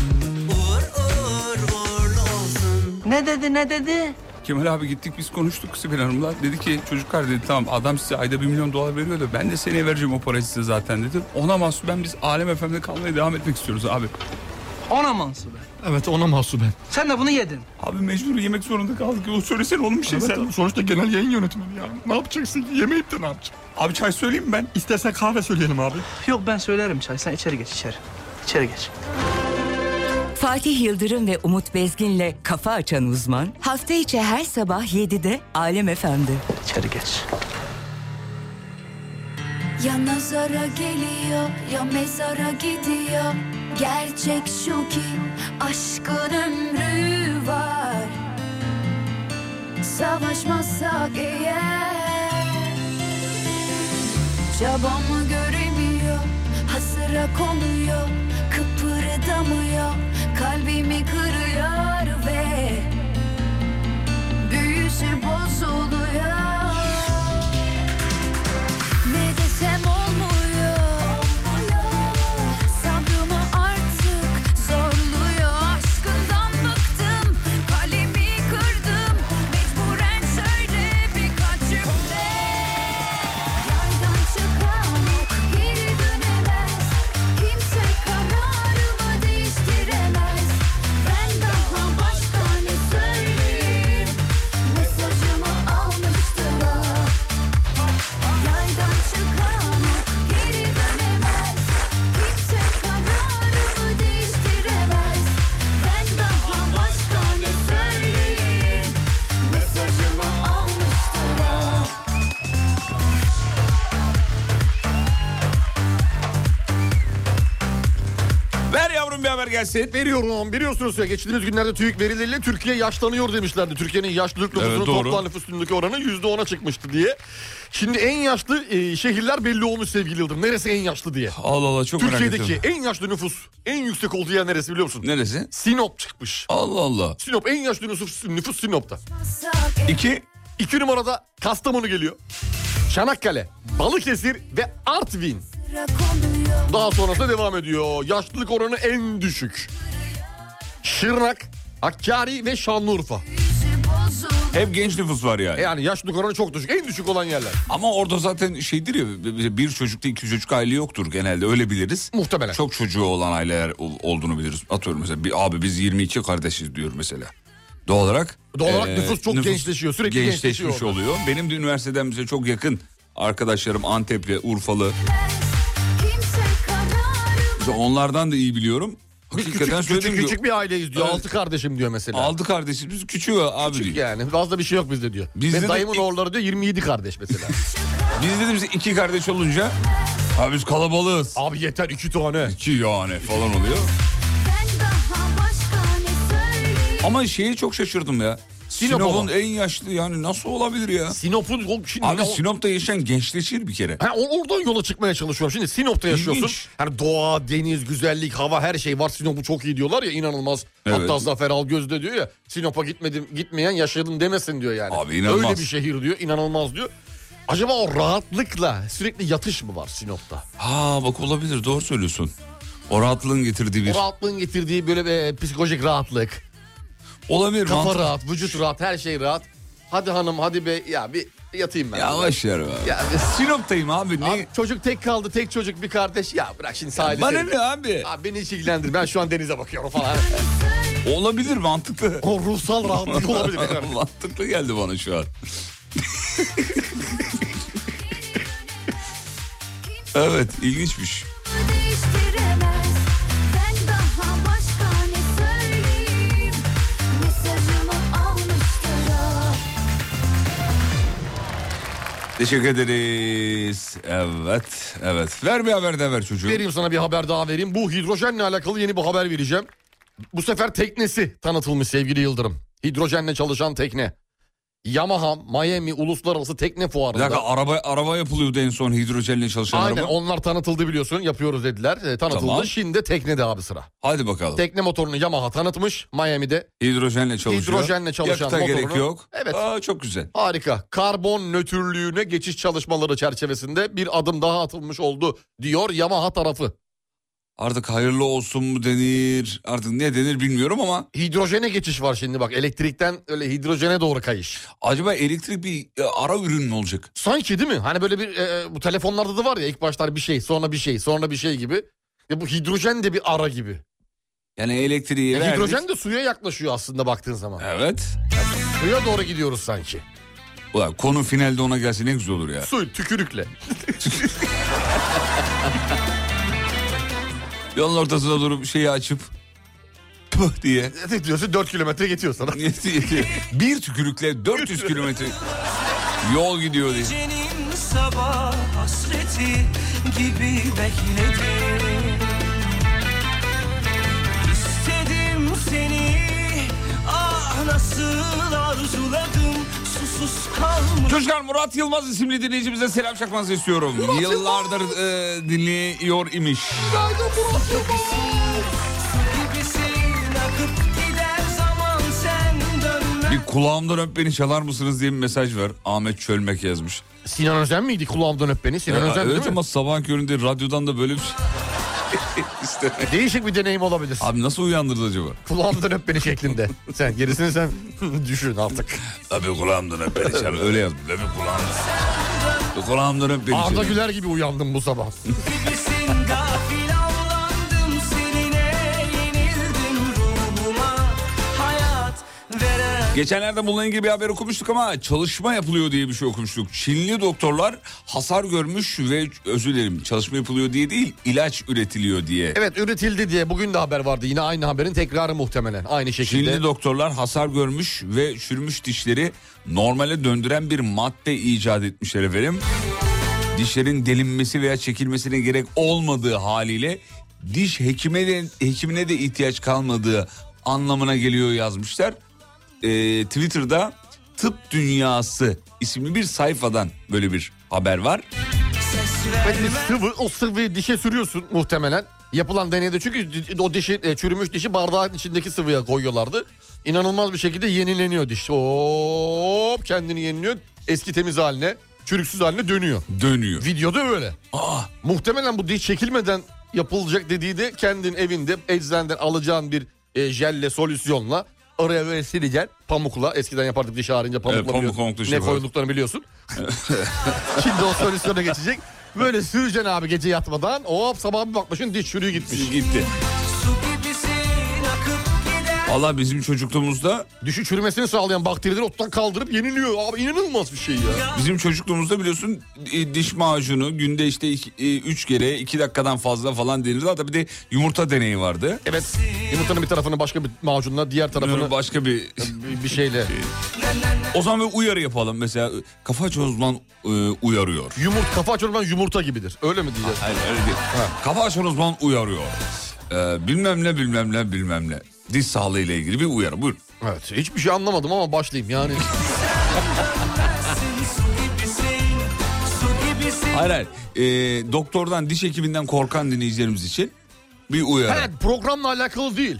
Speaker 2: uğur uğur uğurlu olsun
Speaker 3: Kemal abi gittik biz konuştuk Sibel Hanım'la. Dedi ki çocuklar dedi tamam adam size ayda 1 milyon dolar veriyor da ben de seneye vereceğim o parayı size zaten dedi. Ona mahsup ben biz Alem FM'de kalmaya devam etmek istiyoruz abi.
Speaker 11: Ona mansuben.
Speaker 12: Evet ona mahsuben.
Speaker 11: Sen de bunu yedin.
Speaker 13: Abi mecbur yemek zorunda kaldık. O söylesene oğlum bir şey
Speaker 12: Evet,
Speaker 13: sen.
Speaker 12: abi, sonuçta genel yayın yönetmeni ya. Ne yapacaksın ki? Yemeyip de ne yapacaksın?
Speaker 13: Abi çay söyleyeyim mi ben.
Speaker 12: İstersen kahve söyleyelim abi.
Speaker 11: Yok ben söylerim çay. Sen içeri geç içeri. İçeri geç.
Speaker 1: Fatih Yıldırım ve Umut Bezgin'le Kafa Açan Uzman hafta içi her sabah 7'de Alem Efendi.
Speaker 11: İçeri geç.
Speaker 6: Ya nazara geliyor ya mezara gidiyor Gerçek şu ki aşkın ömrü var Savaşmazsak eğer Çabamı göremiyor hasıra konuyor Kıpırdamıyor kalbimi kırıyor ve Büyüsü bozuluyor ne desem olmuyor Sabrımı artık zorluyor Aşkından bıktım kalemi kırdım Mecburen söyle birkaç cümle Yardan çıkan ok geri dönemez Kimse kararımı değiştiremez Ben daha başka ne söyleyeyim Mesajımı almıştılar Yaydan çıkan geri dönemez Kimse kararımı değiştiremez Ben daha başka ne söyleyeyim Mesajımı almıştılar
Speaker 4: Ver yavrum bir haber gelsin.
Speaker 5: Veriyorum biliyorsunuz ya geçtiğimiz günlerde TÜİK verileriyle Türkiye yaşlanıyor demişlerdi. Türkiye'nin yaşlılık nüfusunun
Speaker 4: Evet, doğru.
Speaker 5: toplam nüfusundaki oranı %10'a çıkmıştı diye. Şimdi en yaşlı e, şehirler belli olmuş sevgili Yıldırım. Neresi en yaşlı diye.
Speaker 4: Allah Allah çok merak
Speaker 5: Türkiye'deki
Speaker 4: ediyorum.
Speaker 5: en yaşlı nüfus en yüksek olduğu yer neresi biliyor musun?
Speaker 4: Neresi?
Speaker 5: Sinop çıkmış.
Speaker 4: Allah Allah.
Speaker 5: Sinop en yaşlı nüfus, nüfus Sinop'ta.
Speaker 4: İki.
Speaker 5: İki numarada Kastamonu geliyor. Çanakkale, Balıkesir ve Artvin. Daha sonrasında devam ediyor. Yaşlılık oranı en düşük. Şırnak, Hakkari ve Şanlıurfa.
Speaker 4: Hep genç nüfus var yani.
Speaker 5: Yani yaşlılık oranı çok düşük. En düşük olan yerler.
Speaker 4: Ama orada zaten şeydir ya bir çocukta iki çocuk aile yoktur genelde öyle biliriz.
Speaker 5: Muhtemelen.
Speaker 4: Çok çocuğu olan aileler ol- olduğunu biliriz. Atıyorum mesela bir abi biz 22 kardeşiz diyor mesela. Doğal olarak
Speaker 5: Doğal olarak nüfus çok gençleşiyor, sürekli gençleşiyor
Speaker 4: gençleşmiş oluyor. Benim de üniversiteden bize çok yakın arkadaşlarım Antepli, Urfalı.
Speaker 6: Kimse kararımı
Speaker 4: Mesela onlardan da iyi biliyorum.
Speaker 5: Biz
Speaker 4: Hakikaten
Speaker 5: küçük, küçük,
Speaker 4: söylediğim gibi,
Speaker 5: küçük bir aileyiz diyor.
Speaker 4: Evet.
Speaker 5: Altı kardeşim diyor mesela.
Speaker 4: Altı kardeşiz biz küçüğü abi
Speaker 5: Küçük
Speaker 4: diyor.
Speaker 5: yani. Fazla bir şey yok bizde diyor.
Speaker 4: Bizde
Speaker 5: Benim
Speaker 4: de-
Speaker 5: dayımın oğulları diyor 27 kardeş mesela.
Speaker 4: Biz dedim bize iki kardeş olunca abi biz kalabalığız.
Speaker 5: Abi yeter iki tane.
Speaker 4: İki yani falan oluyor.
Speaker 6: ben daha başka ne söyleyeyim
Speaker 4: Ama şeye çok şaşırdım ya.
Speaker 5: Sinop
Speaker 4: Sinop'un
Speaker 5: olan.
Speaker 4: en yaşlı yani nasıl olabilir ya?
Speaker 5: Sinop'un... o- Şimdi
Speaker 4: Abi
Speaker 5: o-
Speaker 4: Sinop'ta yaşayan gençleşir bir kere.
Speaker 5: Ha, o- oradan yola çıkmaya çalışıyorum. Şimdi Sinop'ta yaşıyorsun.
Speaker 4: İlginç.
Speaker 5: Hani doğa, deniz, güzellik, hava her şey var. Sinop'u çok iyi diyorlar ya inanılmaz.
Speaker 4: Evet.
Speaker 5: Hatta Zafer Algöz de diyor ya Sinop'a gitmedim gitmeyen yaşadım demesin diyor yani.
Speaker 4: Abi inanılmaz.
Speaker 5: Öyle bir şehir diyor inanılmaz diyor. Acaba o rahatlıkla sürekli yatış mı var Sinop'ta?
Speaker 4: Ha bak olabilir doğru söylüyorsun. O rahatlığın getirdiği bir...
Speaker 5: O rahatlığın getirdiği böyle bir e, psikolojik rahatlık.
Speaker 4: olabilir
Speaker 5: Kafa
Speaker 4: mantıklı.
Speaker 5: rahat, vücut rahat, her şey rahat. Hadi hanım hadi be ya bir yatayım ben.
Speaker 4: Ya boş ver abi.
Speaker 5: Ya,
Speaker 4: Sinop'tayım abi ne?
Speaker 5: Abi çocuk tek kaldı, tek çocuk bir kardeş. Ya bırak şimdi sahile.
Speaker 4: Bana
Speaker 5: seyredin.
Speaker 4: ne abi?
Speaker 5: Abi beni hiç ilgilendir. Ben şu an denize bakıyorum falan.
Speaker 4: Olabilir mantıklı.
Speaker 5: o ruhsal
Speaker 4: [laughs]
Speaker 5: rahatlık olabilir.
Speaker 4: mantıklı geldi bana şu an. [laughs] evet ilginçmiş.
Speaker 6: değiştiremez Ben daha başka ne söyleyeyim Mesajımı almıştılar
Speaker 4: Teşekkür ederiz. Evet evet. Ver bir haber de ver çocuğum.
Speaker 5: vereyim sana bir haber daha vereyim. Bu hidrojenle alakalı yeni bir haber vereceğim. Bu sefer teknesi tanıtılmış sevgili Yıldırım. Hidrojenle çalışan tekne. Yamaha Miami Uluslararası Tekne
Speaker 4: Bir
Speaker 5: Fuarı'nda.
Speaker 4: dakika araba araba yapılıyordu en son hidrojenle çalışan
Speaker 5: Aynen
Speaker 4: araba.
Speaker 5: onlar tanıtıldı biliyorsun yapıyoruz dediler. E, tanıtıldı.
Speaker 4: Tamam.
Speaker 5: Şimdi de teknede abi sıra.
Speaker 4: Hadi bakalım.
Speaker 5: Tekne motorunu Yamaha tanıtmış Miami'de.
Speaker 4: Hidrojenle çalışıyor.
Speaker 5: Hidrojenle çalışan
Speaker 4: Yakıta
Speaker 5: motorunu-
Speaker 4: gerek yok.
Speaker 5: Evet.
Speaker 4: Aa, çok güzel.
Speaker 5: Harika. Karbon nötrlüğüne geçiş çalışmaları çerçevesinde bir adım daha atılmış oldu diyor Yamaha tarafı.
Speaker 4: Artık hayırlı olsun mu denir artık ne denir bilmiyorum ama
Speaker 5: Hidrojene geçiş var şimdi bak elektrikten öyle hidrojene doğru kayış.
Speaker 4: acaba elektrik bir e, ara ürün mü olacak?
Speaker 5: Sanki değil mi? Hani böyle bir e, bu telefonlarda da var ya ilk başlar bir şey sonra bir şey sonra bir şey gibi. Ya bu hidrojen de bir ara gibi.
Speaker 4: Yani elektriği verdik.
Speaker 5: Hidrojen de suya yaklaşıyor aslında baktığın zaman.
Speaker 4: Evet.
Speaker 5: Suya doğru gidiyoruz sanki.
Speaker 4: Ulan konu finalde ona gelse ne güzel olur ya.
Speaker 5: Su tükürükle.
Speaker 4: Yolun ortasında durup şeyi açıp pıh diye.
Speaker 5: Ne diyorsun 4 kilometre
Speaker 4: [laughs]
Speaker 5: geçiyor sana.
Speaker 4: bir tükürükle
Speaker 5: [laughs]
Speaker 4: 400 kilometre yol gidiyor diye.
Speaker 6: Gecenin sabah hasreti gibi bekledim İstedim seni ah nasıl arzuladım susuz kalmış
Speaker 4: Çocuklar Murat Yılmaz isimli dinleyicimize selam çakmanızı istiyorum. Yıllardır e, dinliyor imiş.
Speaker 6: gibisin akıp gider zaman sen dönme
Speaker 4: Bir kulağımdan öp beni çalar mısınız diye bir mesaj var. Ahmet Çölmek yazmış.
Speaker 5: Sinan Özen miydi kulağımdan öp beni? Sinan
Speaker 4: Ya,
Speaker 5: Özen
Speaker 4: evet
Speaker 5: değil mi?
Speaker 4: ama sabah köründe radyodan da
Speaker 5: [laughs]
Speaker 4: böyle bir şey. İşte.
Speaker 5: E, Değişik bir deneyim olabilir.
Speaker 4: Abi nasıl uyandırdı acaba?
Speaker 5: Kulağımdan öp
Speaker 4: [laughs]
Speaker 5: beni şeklinde. Sen gerisini sen [laughs] düşün artık.
Speaker 4: Abi kulağımdan öp beni çalar. Öyle yazmış. Abi kulağımdan. Kulağımdan öp beni
Speaker 5: Arda
Speaker 4: çalar.
Speaker 5: Güler gibi uyandım
Speaker 4: [laughs]
Speaker 5: bu sabah.
Speaker 6: gibisin gafil avlandım seninle yenildim ruhuma hayat veren
Speaker 4: Geçenlerde bununla ilgili bir haber okumuştuk ama çalışma yapılıyor diye bir şey okumuştuk. Çinli doktorlar hasar görmüş ve özür dilerim çalışma yapılıyor diye değil ilaç üretiliyor diye.
Speaker 5: Evet üretildi diye bugün de haber vardı. Yine aynı haberin tekrarı muhtemelen. Aynı şekilde.
Speaker 4: Çinli doktorlar hasar görmüş ve çürümüş dişleri normale döndüren bir madde icat etmişler efendim. Dişlerin delinmesi veya çekilmesine gerek olmadığı haliyle diş hekime de, hekimine de ihtiyaç kalmadığı anlamına geliyor yazmışlar. Ee, Twitter'da Tıp Dünyası isimli bir sayfadan böyle bir haber var.
Speaker 5: Ve sıvı, o sıvıyı dişe sürüyorsun muhtemelen. Yapılan deneyde çünkü di- o dişi e, çürümüş dişi bardağın içindeki sıvıya koyuyorlardı. İnanılmaz bir şekilde yenileniyor diş. Hop kendini yeniliyor. Eski temiz haline, çürüksüz haline dönüyor.
Speaker 4: Dönüyor.
Speaker 5: Videoda öyle.
Speaker 4: Aa,
Speaker 5: Muhtemelen bu diş çekilmeden yapılacak dediği de kendin evinde eczaneden alacağın bir e, jelle solüsyonla araya böyle sileceksin pamukla. Eskiden yapardık diş ağrınca pamukla.
Speaker 4: Evet, pamuk,
Speaker 5: biliyorsun.
Speaker 4: pamuk diş
Speaker 5: ne
Speaker 4: yapardık.
Speaker 5: koyduklarını biliyorsun. [laughs] Şimdi o solüsyona geçecek. Böyle süreceksin abi gece yatmadan. Hop sabah bir bakmışsın diş çürüğü gitmiş.
Speaker 4: gitti. Allah bizim çocukluğumuzda
Speaker 5: Dişi çürümesini sağlayan bakterileri ottan kaldırıp yeniliyor. Abi inanılmaz bir şey ya.
Speaker 4: Bizim çocukluğumuzda biliyorsun e, diş macunu günde işte 3 kere 2 dakikadan fazla falan denirdi. Hatta bir de yumurta deneyi vardı.
Speaker 5: Evet yumurtanın bir tarafını başka bir macunla diğer tarafını
Speaker 4: Başka bir... Şey.
Speaker 5: bir bir şeyle.
Speaker 4: O zaman bir uyarı yapalım mesela. Kafa açan uzman e, uyarıyor.
Speaker 5: Yumurta kafa açılmadan yumurta gibidir. Öyle mi diyeceğiz?
Speaker 4: Hayır öyle değil. Kafa açan uzman uyarıyor. E, bilmem ne bilmem ne bilmem ne. Diş sağlığı ile ilgili bir uyarı. Buyurun.
Speaker 5: Evet hiçbir şey anlamadım ama başlayayım yani.
Speaker 4: Hayır hayır. E, doktordan, diş hekiminden korkan dinleyicilerimiz için bir uyarı.
Speaker 5: Evet programla alakalı değil.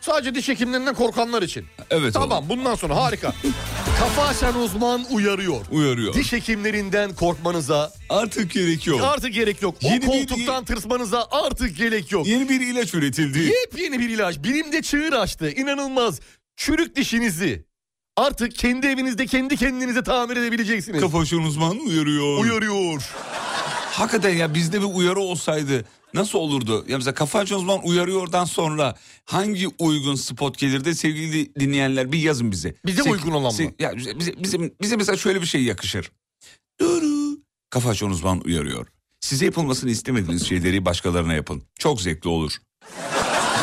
Speaker 5: Sadece diş hekimlerinden korkanlar için.
Speaker 4: Evet.
Speaker 5: tamam
Speaker 4: oğlum,
Speaker 5: bundan sonra harika.
Speaker 4: [laughs]
Speaker 5: Kafa açan uzman uyarıyor.
Speaker 4: Uyarıyor.
Speaker 5: Diş hekimlerinden korkmanıza
Speaker 4: Artık gerek yok.
Speaker 5: artık gerek yok. O
Speaker 4: Yeni bir-
Speaker 5: koltuktan tırsmanıza artık gerek yok.
Speaker 4: Yeni bir ilaç üretildi.
Speaker 5: Yepyeni bir ilaç. Bilimde çığır açtı. İnanılmaz. Çürük dişinizi artık kendi evinizde kendi kendinize tamir edebileceksiniz.
Speaker 4: Kafa açan uzman uyarıyor.
Speaker 5: uyarıyor.
Speaker 4: Hakikaten ya bizde bir uyarı olsaydı nasıl olurdu? Ya mesela Kafa Açan Uzman uyarıyordan sonra hangi uygun spot gelirdi sevgili dinleyenler bir yazın bize.
Speaker 5: Bize
Speaker 4: Sek-
Speaker 5: uygun olan
Speaker 4: se-
Speaker 5: mı?
Speaker 4: Ya bize, bize, bize, bize mesela şöyle bir şey yakışır. Duru. Kafa Açan Uzman uyarıyor. Size yapılmasını istemediğiniz şeyleri başkalarına yapın. Çok zevkli olur.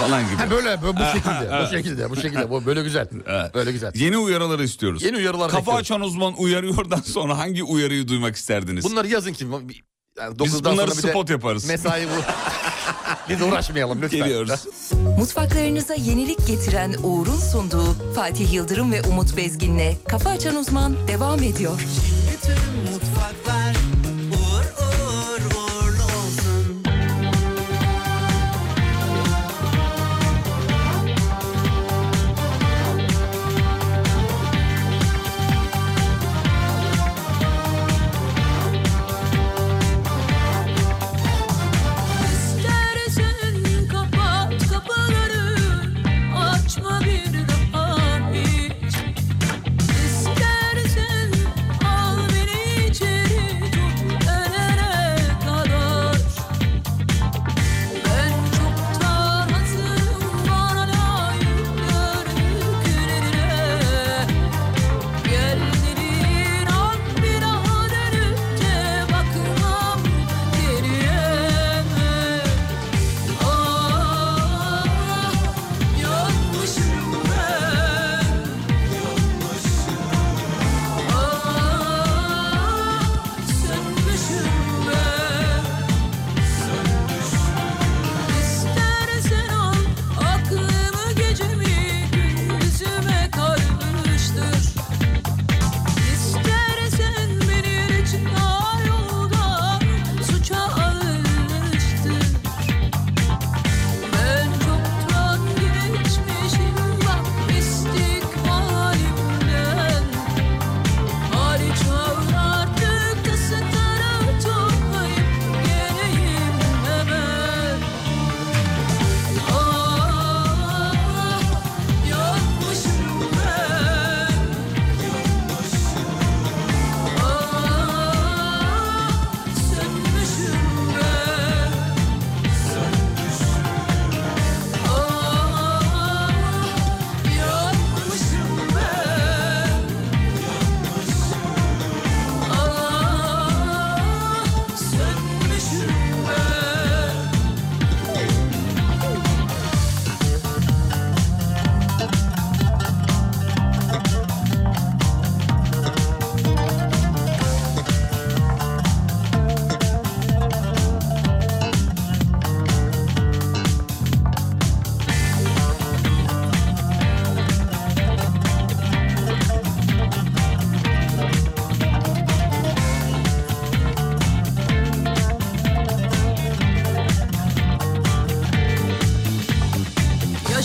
Speaker 4: Falan gibi.
Speaker 5: Ha, böyle, böyle bu
Speaker 4: [laughs]
Speaker 5: şekilde. bu şekilde. Bu şekilde. Bu böyle güzel.
Speaker 4: Evet.
Speaker 5: Böyle güzel.
Speaker 4: Yeni uyarıları istiyoruz.
Speaker 5: Yeni uyarılar
Speaker 4: Kafa
Speaker 5: bekliyoruz.
Speaker 4: Açan Uzman uyarıyordan sonra hangi uyarıyı duymak isterdiniz?
Speaker 5: Bunları yazın ki. Yani
Speaker 4: Biz
Speaker 5: dokuzdan
Speaker 4: bunları
Speaker 5: sonra bir de-
Speaker 4: spot yaparız.
Speaker 5: Mesai [laughs] bu. Biz uğraşmayalım lütfen.
Speaker 4: Geliyoruz.
Speaker 1: Mutfaklarınıza yenilik getiren Uğur'un sunduğu Fatih Yıldırım ve Umut Bezgin'le Kafa Açan Uzman devam ediyor.
Speaker 6: Bütün mutfaklar uğur uğur uğurlu olsun
Speaker 14: Penceresini kapat kapıları açma bir daha hiç. İstersen al
Speaker 3: Ah, Ah, Ah,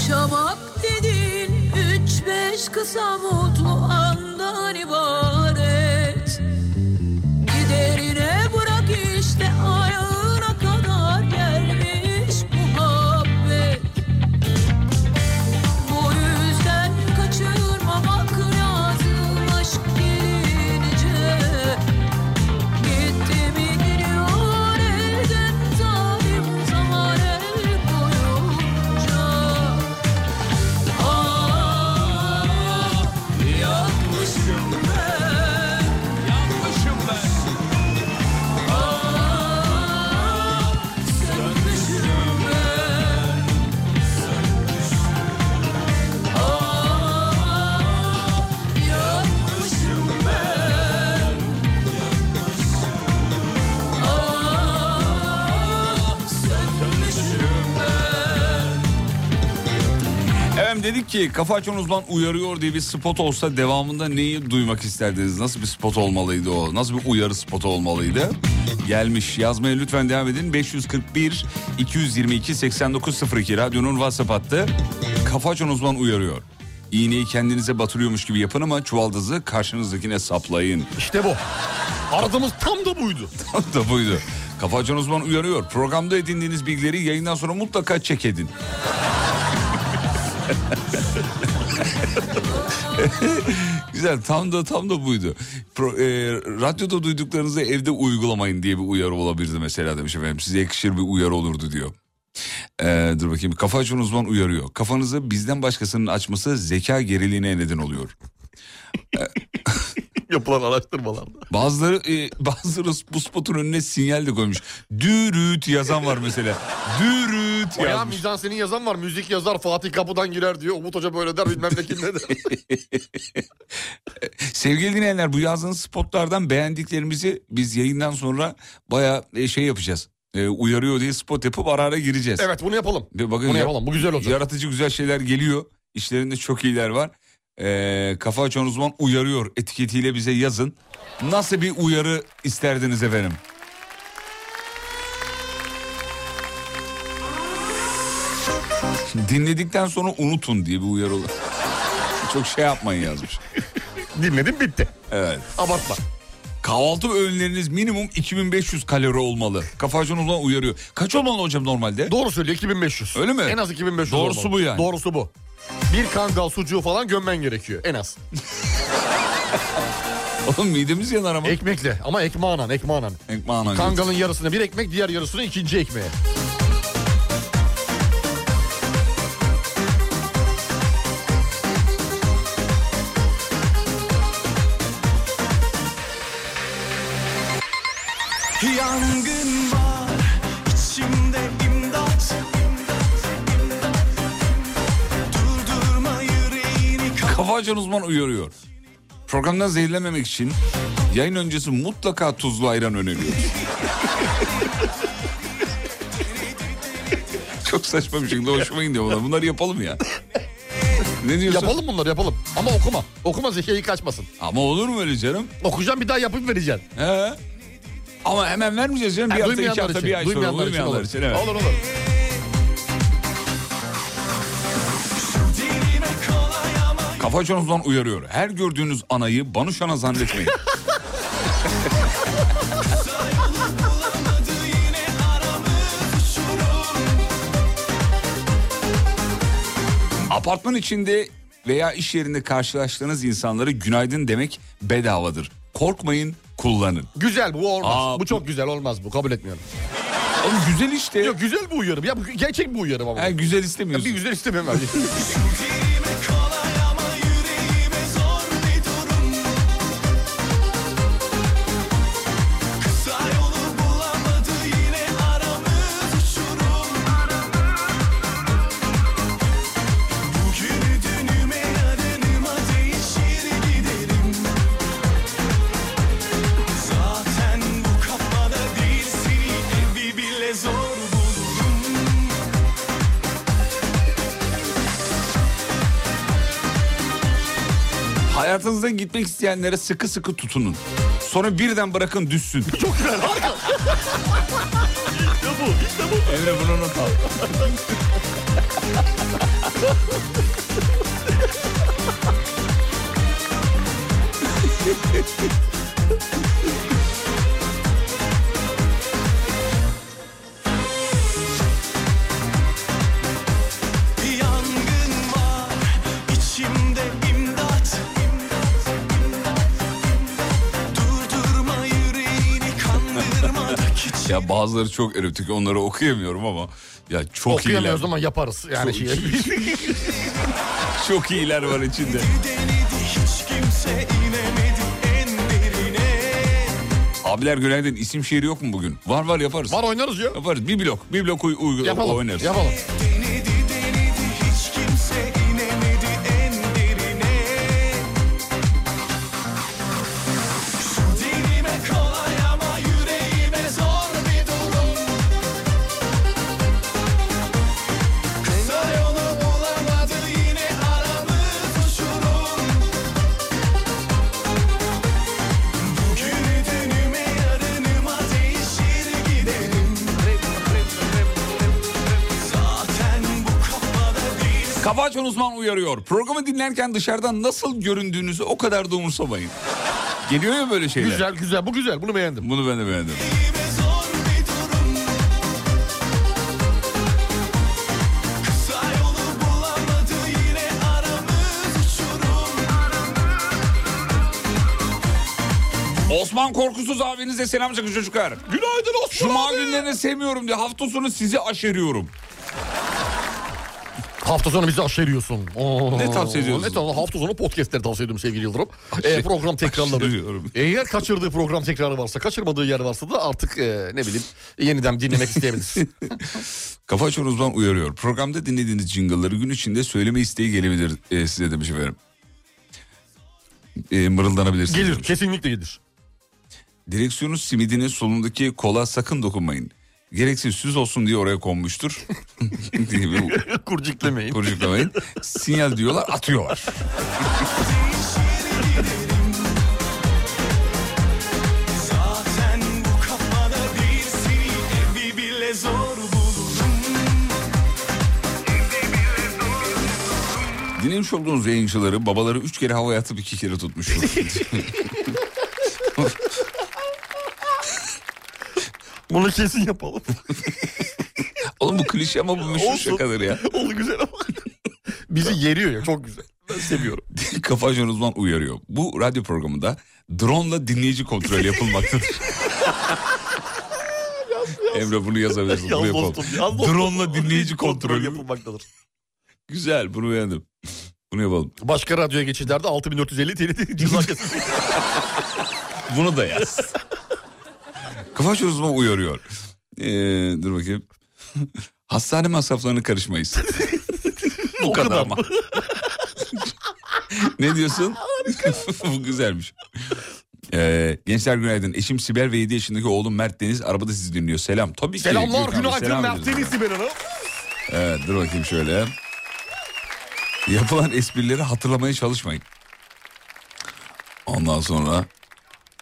Speaker 3: yok dedin Üç beş kısa mutlu andan ibaret Giderine bırak işte ayağına kadar gelmiş muhabbet Bu yüzden kaçırmamak lazım aşk gelince Gitti milyon elden zalim zaman el koyunca Ah yanmışım ben Yanmışım ben Ah sönmüşüm ben Sönmüşüm
Speaker 6: Oh,
Speaker 3: Ah yanmışım ben Ah,
Speaker 4: Efendim dedik ki kafa açan uzman uyarıyor diye bir spot olsa devamında neyi duymak isterdiniz? Nasıl bir spot olmalıydı o? Nasıl bir uyarı spotu olmalıydı? Gelmiş yazmaya lütfen devam edin. 541 222 8902 radyonun WhatsApp hattı. Kafa açan uzman uyarıyor. İğneyi kendinize batırıyormuş gibi yapın ama çuvaldızı karşınızdakine saplayın.
Speaker 5: İşte bu. Aradığımız tam da buydu.
Speaker 4: [laughs] Tam da buydu. Kafa açan uzman uyarıyor. Programda edindiğiniz bilgileri yayından sonra mutlaka çek edin. [laughs] Güzel tam da tam da buydu. Pro- e, radyoda duyduklarınızı evde uygulamayın diye bir uyarı olabilirdi mesela demiş efendim. Size yakışır bir uyarı olurdu diyor. E, dur bakayım kafa açan uzman uyarıyor. Kafanızı bizden başkasının açması zeka geriliğine neden oluyor. E,
Speaker 5: Yapılan araştırmalarda.
Speaker 4: Bazıları e, bazıları bu spotun önüne sinyal de koymuş. Dürüt yazan var mesela. Dürüt
Speaker 5: Ya
Speaker 4: yazmış.
Speaker 5: Mizan senin yazan var. Müzik yazar Fatih kapıdan girer diyor. Umut Hoca böyle der bilmem ne kim [laughs] ne der.
Speaker 4: Sevgili dinleyenler bu yazdığınız spotlardan beğendiklerimizi biz yayından sonra baya şey yapacağız. E, uyarıyor diye spot yapıp ara ara gireceğiz.
Speaker 5: evet bunu yapalım.
Speaker 4: Ve bakın
Speaker 5: Bunu
Speaker 4: ya-
Speaker 5: yapalım. Bu güzel olacak.
Speaker 4: Yaratıcı güzel şeyler geliyor. İşlerinde çok iyiler var. E, kafa açan uzman uyarıyor etiketiyle bize yazın. Nasıl bir uyarı isterdiniz efendim? Dinledikten sonra unutun diye bir uyarı olur. Çok şey yapmayın yazmış.
Speaker 5: [laughs] Dinledim bitti.
Speaker 4: Evet.
Speaker 5: Abartma.
Speaker 4: Kahvaltı öğünleriniz minimum 2500 kalori olmalı. Kafa açan uzman uyarıyor. Kaç olmalı hocam normalde?
Speaker 5: Doğru söylüyor 2500.
Speaker 4: Öyle mi?
Speaker 5: En az 2500
Speaker 4: Doğrusu
Speaker 5: olmalı.
Speaker 4: bu yani.
Speaker 5: Doğrusu bu. Bir kangal sucuğu falan gömmen gerekiyor en az.
Speaker 4: [laughs] Oğlum midemiz yanar ama.
Speaker 5: Ekmekle ama ekmağınan ekmağınan.
Speaker 4: Ekmeğin hangi?
Speaker 5: Kangalın yarısına bir ekmek diğer yarısını ikinci ekmeğe.
Speaker 6: Yangın var içimde imdat Durdurma yüreğini
Speaker 4: Kafa açan uzman uyarıyor. Programdan zehirlenmemek için yayın öncesi mutlaka tuzlu ayran öneriyor. [laughs] Çok saçma bir şekilde hoşuma gidiyor bunlar. Bunları yapalım ya. Ne diyorsun?
Speaker 5: Yapalım bunları yapalım. Ama okuma. Okuma zekayı kaçmasın.
Speaker 4: Ama olur mu öyle canım?
Speaker 5: Okuyacağım bir daha yapıp vereceksin.
Speaker 4: He. Ama hemen vermeyeceğiz canım. Bir hafta, iki
Speaker 5: Duymayanlar
Speaker 4: hafta,
Speaker 5: için,
Speaker 4: bir ay sonra.
Speaker 5: duymayanlar
Speaker 4: Duymayanlar,
Speaker 5: için
Speaker 4: için.
Speaker 5: olur.
Speaker 4: evet.
Speaker 5: Olur olur.
Speaker 6: Diline kolay ama
Speaker 4: Kafa Jones'dan uyarıyor. Her gördüğünüz anayı Banuşan'a zannetmeyin.
Speaker 6: Bulamadı yine aramız uçurum
Speaker 4: Apartman içinde veya iş yerinde karşılaştığınız insanlara günaydın demek bedavadır. Korkmayın, kullanın.
Speaker 5: Güzel bu olmaz.
Speaker 4: Aa,
Speaker 5: bu çok güzel olmaz bu. Kabul etmiyorum.
Speaker 4: Oğlum güzel işte.
Speaker 5: Yok güzel bu uyarım. Ya bu gerçek bu uyarım ama.
Speaker 4: Ha, güzel istemiyorsun.
Speaker 5: bir güzel istemiyorum
Speaker 4: [laughs]
Speaker 5: abi.
Speaker 6: Dilime kolay ama yüreğime zor bir durum Kısa yolu bulamadı yine aramız uçurum Bugünü dünüme yarınıma değişir giderim Zaten bu kafada değil seni evi bile zor bulurum
Speaker 4: Hayatınızdan gitmek isteyenlere sıkı sıkı tutunun. Sonra birden bırakın düşsün. Çok güzel harika. işte bu, işte bu. Emre bunu not al.
Speaker 6: Yangın var içimde imdat Durdurma yüreğini kandırma
Speaker 4: ya bazıları çok erotik onları okuyamıyorum ama ya çok iyiler.
Speaker 5: Okuyamıyoruz ama yaparız. Yani
Speaker 4: Çok-
Speaker 5: şey-
Speaker 4: Çok iyiler var içinde.
Speaker 6: denedi hiç kimse inemedi en derine
Speaker 4: Abiler günaydın. İsim şiiri yok mu bugün? Var var yaparız.
Speaker 5: Var oynarız ya.
Speaker 4: Yaparız. Bir blok. Bir blok uy- uy-
Speaker 5: Yapalım.
Speaker 4: oynarız.
Speaker 5: Yapalım.
Speaker 6: Denedi denedi hiç kimse inemedi en derine Su dilime kolay ama yüreğime zor bir durum Kısa yolu bulamadı yine aramız uçurum Bugünü dünüme yarınıma değişir giderim Zaten bu kafada değil
Speaker 4: Kafa açan uzman uyarıyor. Programı dinlerken dışarıdan nasıl göründüğünüzü o kadar da umursamayın. Geliyor ya böyle şeyler.
Speaker 5: Güzel güzel bu güzel bunu beğendim.
Speaker 4: Bunu ben de beğendim.
Speaker 6: Ve zor bir durum Kısa yolu bulamadı yine aramız uçurum
Speaker 4: Osman Korkusuz abinize selam çakın çocuklar.
Speaker 5: Günaydın Osman
Speaker 4: Cuma
Speaker 5: abi.
Speaker 4: günlerini sevmiyorum diye hafta sonu sizi aşeriyorum.
Speaker 5: [laughs] Hafta sonu bizi aşeriyorsun. Oo.
Speaker 4: Ne tavsiye ediyorsunuz?
Speaker 5: Ne tavsiye- hafta sonu podcastleri tavsiye ediyorum sevgili Yıldırım. Ee, program tekrarları.
Speaker 4: aşeriyorum.
Speaker 5: Eğer kaçırdığı program tekrarı varsa, kaçırmadığı yer varsa da artık e, ne bileyim yeniden
Speaker 4: [laughs]
Speaker 5: dinlemek isteyebilir.
Speaker 4: Kafa açan uzman uyarıyor. Programda dinlediğiniz jingle'ları gün içinde söyleme isteği gelebilir e, size demiş efendim. E, mırıldanabilirsiniz.
Speaker 5: gelir,
Speaker 4: demiş.
Speaker 5: kesinlikle gelir.
Speaker 4: Direksiyonun simidinin solundaki kola sakın dokunmayın. Gereksiz süz olsun diye oraya
Speaker 5: [laughs]
Speaker 4: konmuştur. diye bir
Speaker 5: Kurciklemeyin.
Speaker 4: kurucuklamayın. Sinyal diyorlar atıyorlar.
Speaker 5: [laughs]
Speaker 6: Zaten bu kafada değil seni evi bile zor bulurum
Speaker 4: Dinlemiş olduğunuz yayıncıları babaları üç kere havaya atıp iki kere tutmuştur.
Speaker 5: Bunu kesin yapalım.
Speaker 4: [laughs] Oğlum bu klişe ama bu meşhur
Speaker 5: Olsun.
Speaker 4: şakadır ya.
Speaker 5: Olur güzel ama. Bizi yeriyor ya çok güzel. Ben seviyorum.
Speaker 4: [laughs] Kafa Ajan uzman uyarıyor. Bu radyo programında drone'la dinleyici kontrolü yapılmaktadır.
Speaker 5: [laughs]
Speaker 4: Emre bunu yazabilirsin. Bunu
Speaker 5: Yaz
Speaker 4: yapalım.
Speaker 5: dostum, yaz dostum.
Speaker 4: Drone'la dinleyici kontrolü.
Speaker 5: yapılmaktadır.
Speaker 4: Güzel bunu beğendim. Bunu yapalım.
Speaker 5: Başka radyoya geçişlerde
Speaker 4: [laughs]
Speaker 5: 6450 TL ceza kesiliyor.
Speaker 4: Bunu da yaz. Kafa Ajan uzman uyarıyor. Ee, dur bakayım. [laughs] Hastane masraflarına karışmayız. Bu
Speaker 5: [laughs] O
Speaker 4: kadar,
Speaker 5: kadar
Speaker 4: ama. [laughs] ne diyorsun? [laughs] Bu güzelmiş. Ee, gençler günaydın. Eşim Sibel ve 7 yaşındaki oğlum Mert Deniz arabada sizi dinliyor. Selam. Tabii ki.
Speaker 5: Selamlar
Speaker 4: Gürkan Bey,
Speaker 5: günaydın
Speaker 4: selam
Speaker 5: Mert
Speaker 4: ederiz.
Speaker 5: Deniz Sibel Hanım.
Speaker 4: Evet, dur bakayım şöyle. Yapılan esprileri hatırlamaya çalışmayın. Ondan sonra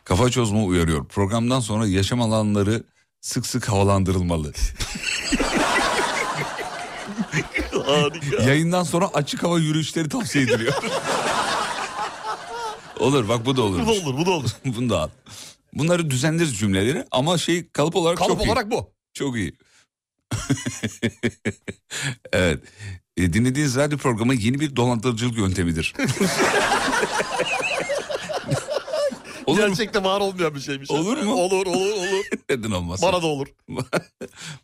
Speaker 4: kafa çozma uyarıyor. Programdan sonra yaşam alanları sık sık
Speaker 5: [laughs]
Speaker 4: havalandırılmalı. Yayından sonra açık hava yürüyüşleri tavsiye ediliyor. olur bak bu da olur.
Speaker 5: Bu da olur bu da olur.
Speaker 4: Bunu da al. Bunları düzenleriz cümleleri ama şey kalıp olarak
Speaker 5: Kalıp
Speaker 4: çok iyi.
Speaker 5: olarak bu.
Speaker 4: Çok iyi. [laughs] evet. E, dinlediğiniz radyo programı yeni bir dolandırıcılık yöntemidir. olur mu?
Speaker 5: Gerçekte var olmayan bir şeymiş.
Speaker 4: Olur mu?
Speaker 5: Olur olur
Speaker 4: [laughs]
Speaker 5: olur.
Speaker 4: Neden olmasın?
Speaker 5: Bana da olur.
Speaker 4: [laughs]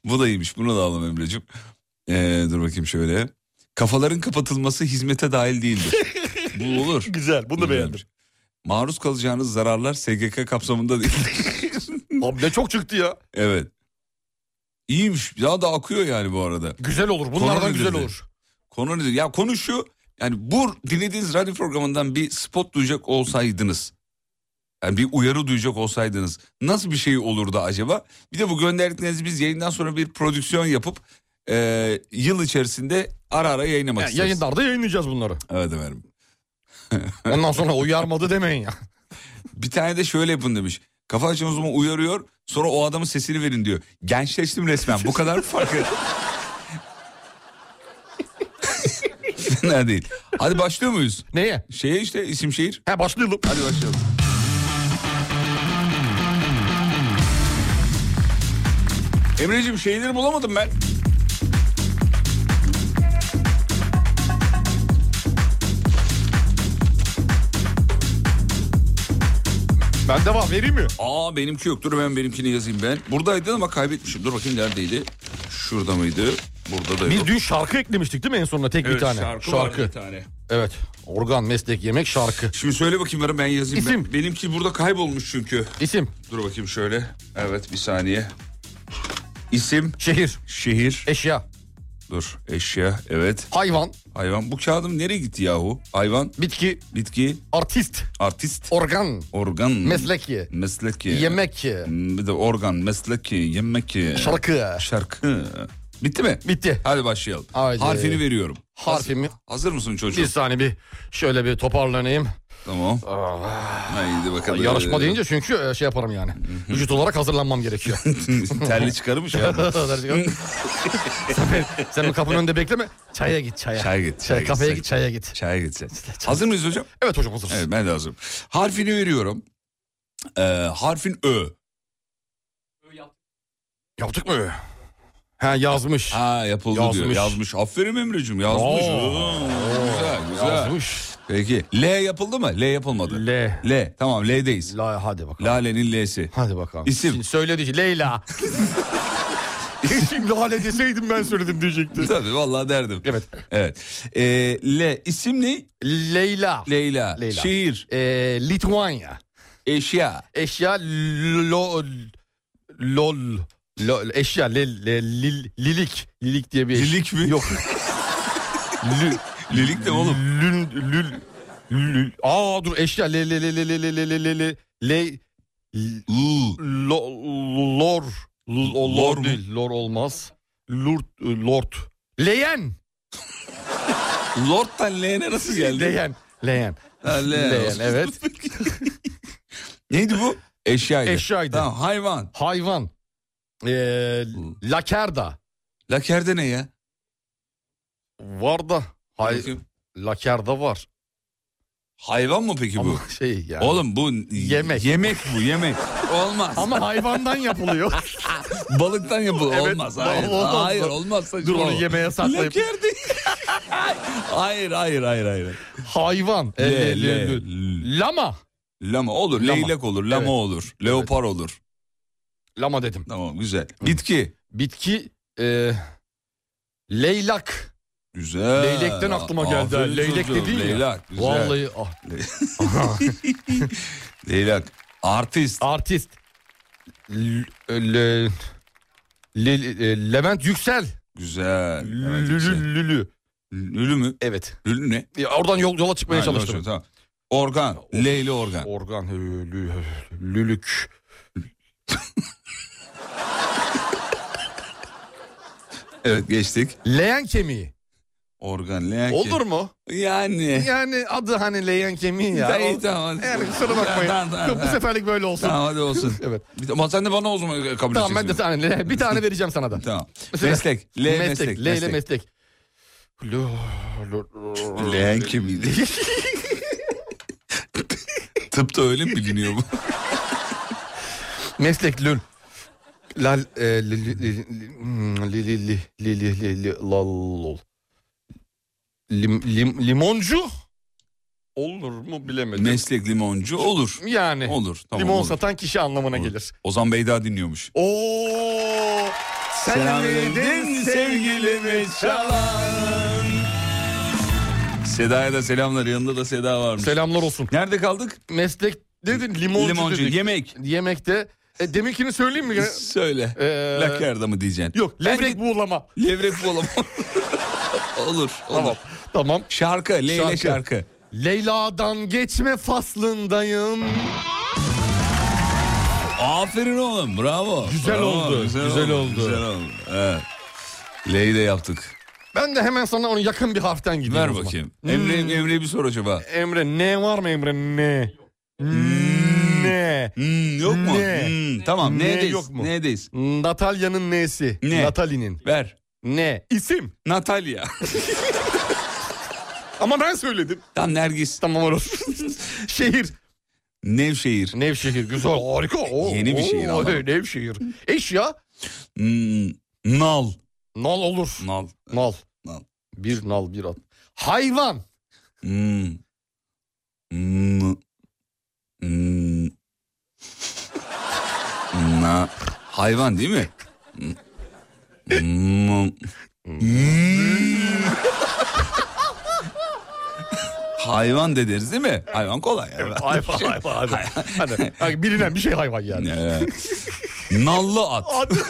Speaker 4: Bu da iyiymiş. Bunu da alalım Emre'cim. E, dur bakayım şöyle. Kafaların kapatılması hizmete dahil değildir. Bu olur.
Speaker 5: [laughs] Güzel bunu da beğendim.
Speaker 4: Güzelmiş. Maruz kalacağınız zararlar SGK kapsamında değildir.
Speaker 5: [laughs] Abi ne çok çıktı ya.
Speaker 4: evet. İyiymiş. Daha da akıyor yani bu arada.
Speaker 5: Güzel olur bunlardan
Speaker 4: Korona
Speaker 5: güzel
Speaker 4: dedi.
Speaker 5: olur.
Speaker 4: Konu nedir? Ya konu şu. Yani bu dinlediğiniz radyo programından bir spot duyacak olsaydınız. Yani bir uyarı duyacak olsaydınız. Nasıl bir şey olurdu acaba? Bir de bu gönderdiklerinizi biz yayından sonra bir prodüksiyon yapıp eee, yıl içerisinde ara ara yayınlamak
Speaker 5: Yani
Speaker 4: isteriz.
Speaker 5: yayınlarda yayınlayacağız bunları.
Speaker 4: Evet efendim.
Speaker 5: [laughs] Ondan sonra uyarmadı demeyin ya.
Speaker 4: Bir tane de şöyle yapın demiş. Kafa açan uzman uyarıyor sonra o adamın sesini verin diyor. Gençleştim resmen bu kadar fark
Speaker 5: [laughs]
Speaker 4: et- [laughs] Fena değil. Hadi başlıyor muyuz?
Speaker 5: Neye?
Speaker 4: Şeye işte isim şehir.
Speaker 5: He başlayalım.
Speaker 4: Hadi başlayalım. Emre'cim şeyleri bulamadım ben.
Speaker 5: Ben de var vereyim mi?
Speaker 4: Aa benimki yok. Dur ben benimkini yazayım ben. Buradaydı ama kaybetmişim. Dur bakayım neredeydi? Şurada mıydı? Burada da yok.
Speaker 5: Biz dün şarkı eklemiştik değil mi en sonuna tek bir
Speaker 4: Evet,
Speaker 5: tane?
Speaker 4: şarkı vardı bir tane.
Speaker 5: Evet. Organ, meslek, yemek, şarkı.
Speaker 4: Şimdi söyle bakayım varım ben yazayım.
Speaker 5: İsim.
Speaker 4: Ben- benimki burada kaybolmuş çünkü.
Speaker 5: İsim,
Speaker 4: Dur bakayım şöyle. Evet bir saniye. İsim,
Speaker 5: şehir,
Speaker 4: şehir.
Speaker 5: eşya,
Speaker 4: Dur eşya evet.
Speaker 5: hayvan,
Speaker 4: Hayvan. Bu kağıdım nereye gitti yahu? Hayvan,
Speaker 5: bitki,
Speaker 4: bitki,
Speaker 5: artist,
Speaker 4: artist,
Speaker 5: organ,
Speaker 4: organ.
Speaker 5: meslek,
Speaker 4: Meslek. Hmm,
Speaker 5: yemek,
Speaker 4: Bir de organ, meslek, yemek.
Speaker 5: şarkı.
Speaker 4: Şarkı. Bitti mi?
Speaker 5: Bitti.
Speaker 4: Hadi başlayalım.
Speaker 5: Haydi.
Speaker 4: Harfini veriyorum.
Speaker 5: Harfimi.
Speaker 4: Hazır, hazır mısın çocuğum?
Speaker 5: Bir saniye bir şöyle bir toparlanayım. Ah.
Speaker 4: Tamam. Haydi bakalım.
Speaker 5: Yarışma deyince çünkü e, şey yaparım yani. Vücut olarak hazırlanmam gerekiyor.
Speaker 4: [laughs] Terli çıkarmış
Speaker 5: [laughs]
Speaker 4: ya. [laughs]
Speaker 5: sen, sen bu kapının önünde bekleme. Çaya git çaya.
Speaker 4: Çay git, çay git,
Speaker 5: kafeye
Speaker 4: çay
Speaker 5: git
Speaker 4: git.
Speaker 5: çaya git.
Speaker 4: Çaya gitsin. Hazır mıyız hocam?
Speaker 5: Evet hocam hazırsın.
Speaker 4: Evet ben de hazırım. Harfini veriyorum. Ee, harfin Ö.
Speaker 5: Yaptık mı? Ha yazmış.
Speaker 4: Ha yapıldı diyor.
Speaker 5: Yazmış.
Speaker 4: Yazmış. Aferin Emre'cim yazmış.
Speaker 5: Oo.
Speaker 4: Oo, Güzel güzel.
Speaker 5: Yazmış.
Speaker 4: Peki L yapıldı mı? L yapılmadı.
Speaker 5: L.
Speaker 4: L. Tamam L'deyiz.
Speaker 5: La hadi bakalım.
Speaker 4: Lale'nin L'si.
Speaker 5: Hadi bakalım.
Speaker 4: İsim.
Speaker 5: Şimdi söyledi
Speaker 4: [laughs]
Speaker 5: ki Leyla. Keşke Lale deseydim ben söyledim diyecekti.
Speaker 4: Tabii vallahi derdim.
Speaker 5: Evet.
Speaker 4: Evet. Ee, L. İsim ne?
Speaker 5: Leyla.
Speaker 4: Leyla.
Speaker 5: Leyla.
Speaker 4: Şehir.
Speaker 5: Ee, Litvanya.
Speaker 4: Eşya.
Speaker 5: Eşya lol. Lol. lol. Eşya lil, lil, lilik. Lilik diye bir eşya.
Speaker 4: Lilik mi?
Speaker 5: Yok. Lü,
Speaker 4: [laughs] Lilik de oğlum.
Speaker 5: Lün, lül, lül. Aa dur eşya. Le, le, le, le, le, le, le, le, le, le, le,
Speaker 4: L.
Speaker 5: lo, lor. L- o
Speaker 4: Lor
Speaker 5: lor
Speaker 4: mu?
Speaker 5: değil. Lor olmaz. Lurt, e, lord. Leyen.
Speaker 4: Lord'dan L'ne nasıl geldi?
Speaker 5: Leyen. Leyen.
Speaker 4: Ha, L.
Speaker 5: Leyen evet.
Speaker 4: [laughs] Neydi bu? Eşyaydı.
Speaker 5: Eşyaydı.
Speaker 4: Tamam hayvan.
Speaker 5: Hayvan. Ee, lakerda.
Speaker 4: Lakerde ne ya?
Speaker 5: Var da. Hay,
Speaker 4: Bakayım.
Speaker 5: lakerda var.
Speaker 4: Hayvan mı peki bu?
Speaker 5: Ama şey yani.
Speaker 4: Oğlum bu n-
Speaker 5: Yemek.
Speaker 4: yemek bu yemek. Olmaz.
Speaker 5: Ama hayvandan yapılıyor.
Speaker 4: [laughs] Balıktan yapılır.
Speaker 5: Evet,
Speaker 4: olmaz. Hayır.
Speaker 5: olmaz.
Speaker 4: Hayır olmaz.
Speaker 5: Dur
Speaker 4: saçmalama.
Speaker 5: onu yemeğe saklayıp.
Speaker 4: Lekerde. hayır hayır hayır hayır.
Speaker 5: Hayvan.
Speaker 4: Le,
Speaker 5: Ee,
Speaker 4: le,
Speaker 5: le- le- Lama.
Speaker 4: Lama olur.
Speaker 5: Lama.
Speaker 4: Leylek olur. Lama
Speaker 5: Evet.
Speaker 4: olur. Leopar olur.
Speaker 5: Lama dedim.
Speaker 4: Tamam güzel. Bitki.
Speaker 5: Bitki. ee, leylak.
Speaker 4: Güzel.
Speaker 5: Leylekten aklıma geldi. ha.
Speaker 4: Aferin
Speaker 5: Leylek
Speaker 4: çocuğum,
Speaker 5: dediğin ya.
Speaker 4: Leylak. Güzel.
Speaker 5: Vallahi ah,
Speaker 4: [laughs] Leylak. Artist.
Speaker 5: artist. L- e, le- le- e, Levent Yüksel.
Speaker 4: Güzel. Evet, güzel.
Speaker 5: Lülü lülü.
Speaker 4: şey. Lülü mü?
Speaker 5: Evet.
Speaker 4: Lülü ne?
Speaker 5: Ya Oradan yol, yola çıkmaya
Speaker 4: Ha,
Speaker 5: çalıştım.
Speaker 4: Tamam. Organ. Leyli organ.
Speaker 5: Organ. lülü, Lülük.
Speaker 4: Evet geçtik.
Speaker 5: Leyen kemiği.
Speaker 4: Organ. Leylek.
Speaker 5: Olur mu?
Speaker 4: Yani.
Speaker 5: Yani adı hani leyen kemiği ya.
Speaker 4: Tamam, tamam.
Speaker 5: Yani kusura
Speaker 4: Tamam, tamam,
Speaker 5: bakmayın. Bu
Speaker 4: tamam.
Speaker 5: seferlik böyle olsun.
Speaker 4: Tamam hadi olsun.
Speaker 5: [laughs] Evet.
Speaker 4: Bir de- Ama sen de bana o zaman kabul edeceksin.
Speaker 5: Tamam ben de sana bir tane vereceğim sana da.
Speaker 4: Tamam.
Speaker 5: Mesela-
Speaker 4: Meslek. L meslek.
Speaker 5: meslek. L ile meslek. Lo- lo-
Speaker 4: Leğen kemiği. Tıpta öyle mi biliniyor bu?
Speaker 5: Meslek lül. Lal e, li- li- li- li- li- li- li- li- li- li- lal- lol. Lim- lim- limoncu olur mu bilemedim.
Speaker 4: Meslek limoncu olur.
Speaker 5: yani
Speaker 4: Olur. Tamam,
Speaker 5: limon
Speaker 4: olur.
Speaker 5: satan kişi anlamına gelir.
Speaker 4: Ozan Beyda dinliyormuş.
Speaker 5: [laughs] Oo! Sen miydin sevgilimi [laughs]
Speaker 4: çalan. Seda'ya da selamlar. Yanında da Seda varmış.
Speaker 5: Selamlar olsun.
Speaker 4: Nerede kaldık?
Speaker 5: Meslek dedin limoncu,
Speaker 4: limoncu.
Speaker 5: dedik.
Speaker 4: Yemek.
Speaker 5: Yemekte e, deminkini söyleyeyim mi?
Speaker 4: Söyle.
Speaker 5: Ee,
Speaker 4: Lakerda mı diyeceksin?
Speaker 5: Yok
Speaker 4: Bence-
Speaker 5: levrek buğulama.
Speaker 4: Levrek bu olamaz. olur. [laughs] olur.
Speaker 5: Tamam. Tamam.
Speaker 4: Şarkı. Leyle şarkı.
Speaker 5: Şarkı. Leyla'dan geçme faslındayım.
Speaker 4: Aferin oğlum. Bravo.
Speaker 5: Güzel
Speaker 4: Bravo,
Speaker 5: oldu, güzel oldu.
Speaker 4: Güzel oldu. Evet. Leyi de yaptık.
Speaker 5: Ben de hemen sana onu yakın bir harften gideyim. o
Speaker 4: Ver
Speaker 5: zaman. Hmm.
Speaker 4: bakayım. Emre, Emre'ye bir sor acaba.
Speaker 5: Emre ne var mı Emre ne? Ne?
Speaker 4: Hmm, yok mu?
Speaker 5: Ne?
Speaker 4: Hmm, tamam.
Speaker 5: Ne
Speaker 4: Neredeyiz?
Speaker 5: yok mu?
Speaker 4: Neredeyiz?
Speaker 5: Natalya'nın nesi?
Speaker 4: Ne?
Speaker 5: Natali'nin.
Speaker 4: Ver.
Speaker 5: Ne? İsim. [laughs]
Speaker 4: Natalya.
Speaker 5: Ama ben söyledim.
Speaker 4: Tam Nergis.
Speaker 5: Tamam olur. [laughs] Şehir.
Speaker 4: Nevşehir.
Speaker 5: Nevşehir güzel harika.
Speaker 4: [laughs]
Speaker 5: Oo,
Speaker 4: Yeni bir şehir
Speaker 5: oo,
Speaker 4: ama.
Speaker 5: evet, Nevşehir. Eşya
Speaker 4: Hmm, nal.
Speaker 5: nal olur.
Speaker 4: Nal.
Speaker 5: Nal.
Speaker 4: Nal.
Speaker 5: Bir nal bir at. Hayvan.
Speaker 4: Hmm. Hmm. Hmm. Na. Hayvan değil mi? Hmm. Hmm. Hayvan de deriz değil mi? Hayvan kolay. ya. [laughs]
Speaker 5: Hayvan hayvan. hayvan. hani, hani bilinen bir şey hayvan yani.
Speaker 4: Ee, nallı
Speaker 5: [laughs]
Speaker 4: at.
Speaker 5: Adı-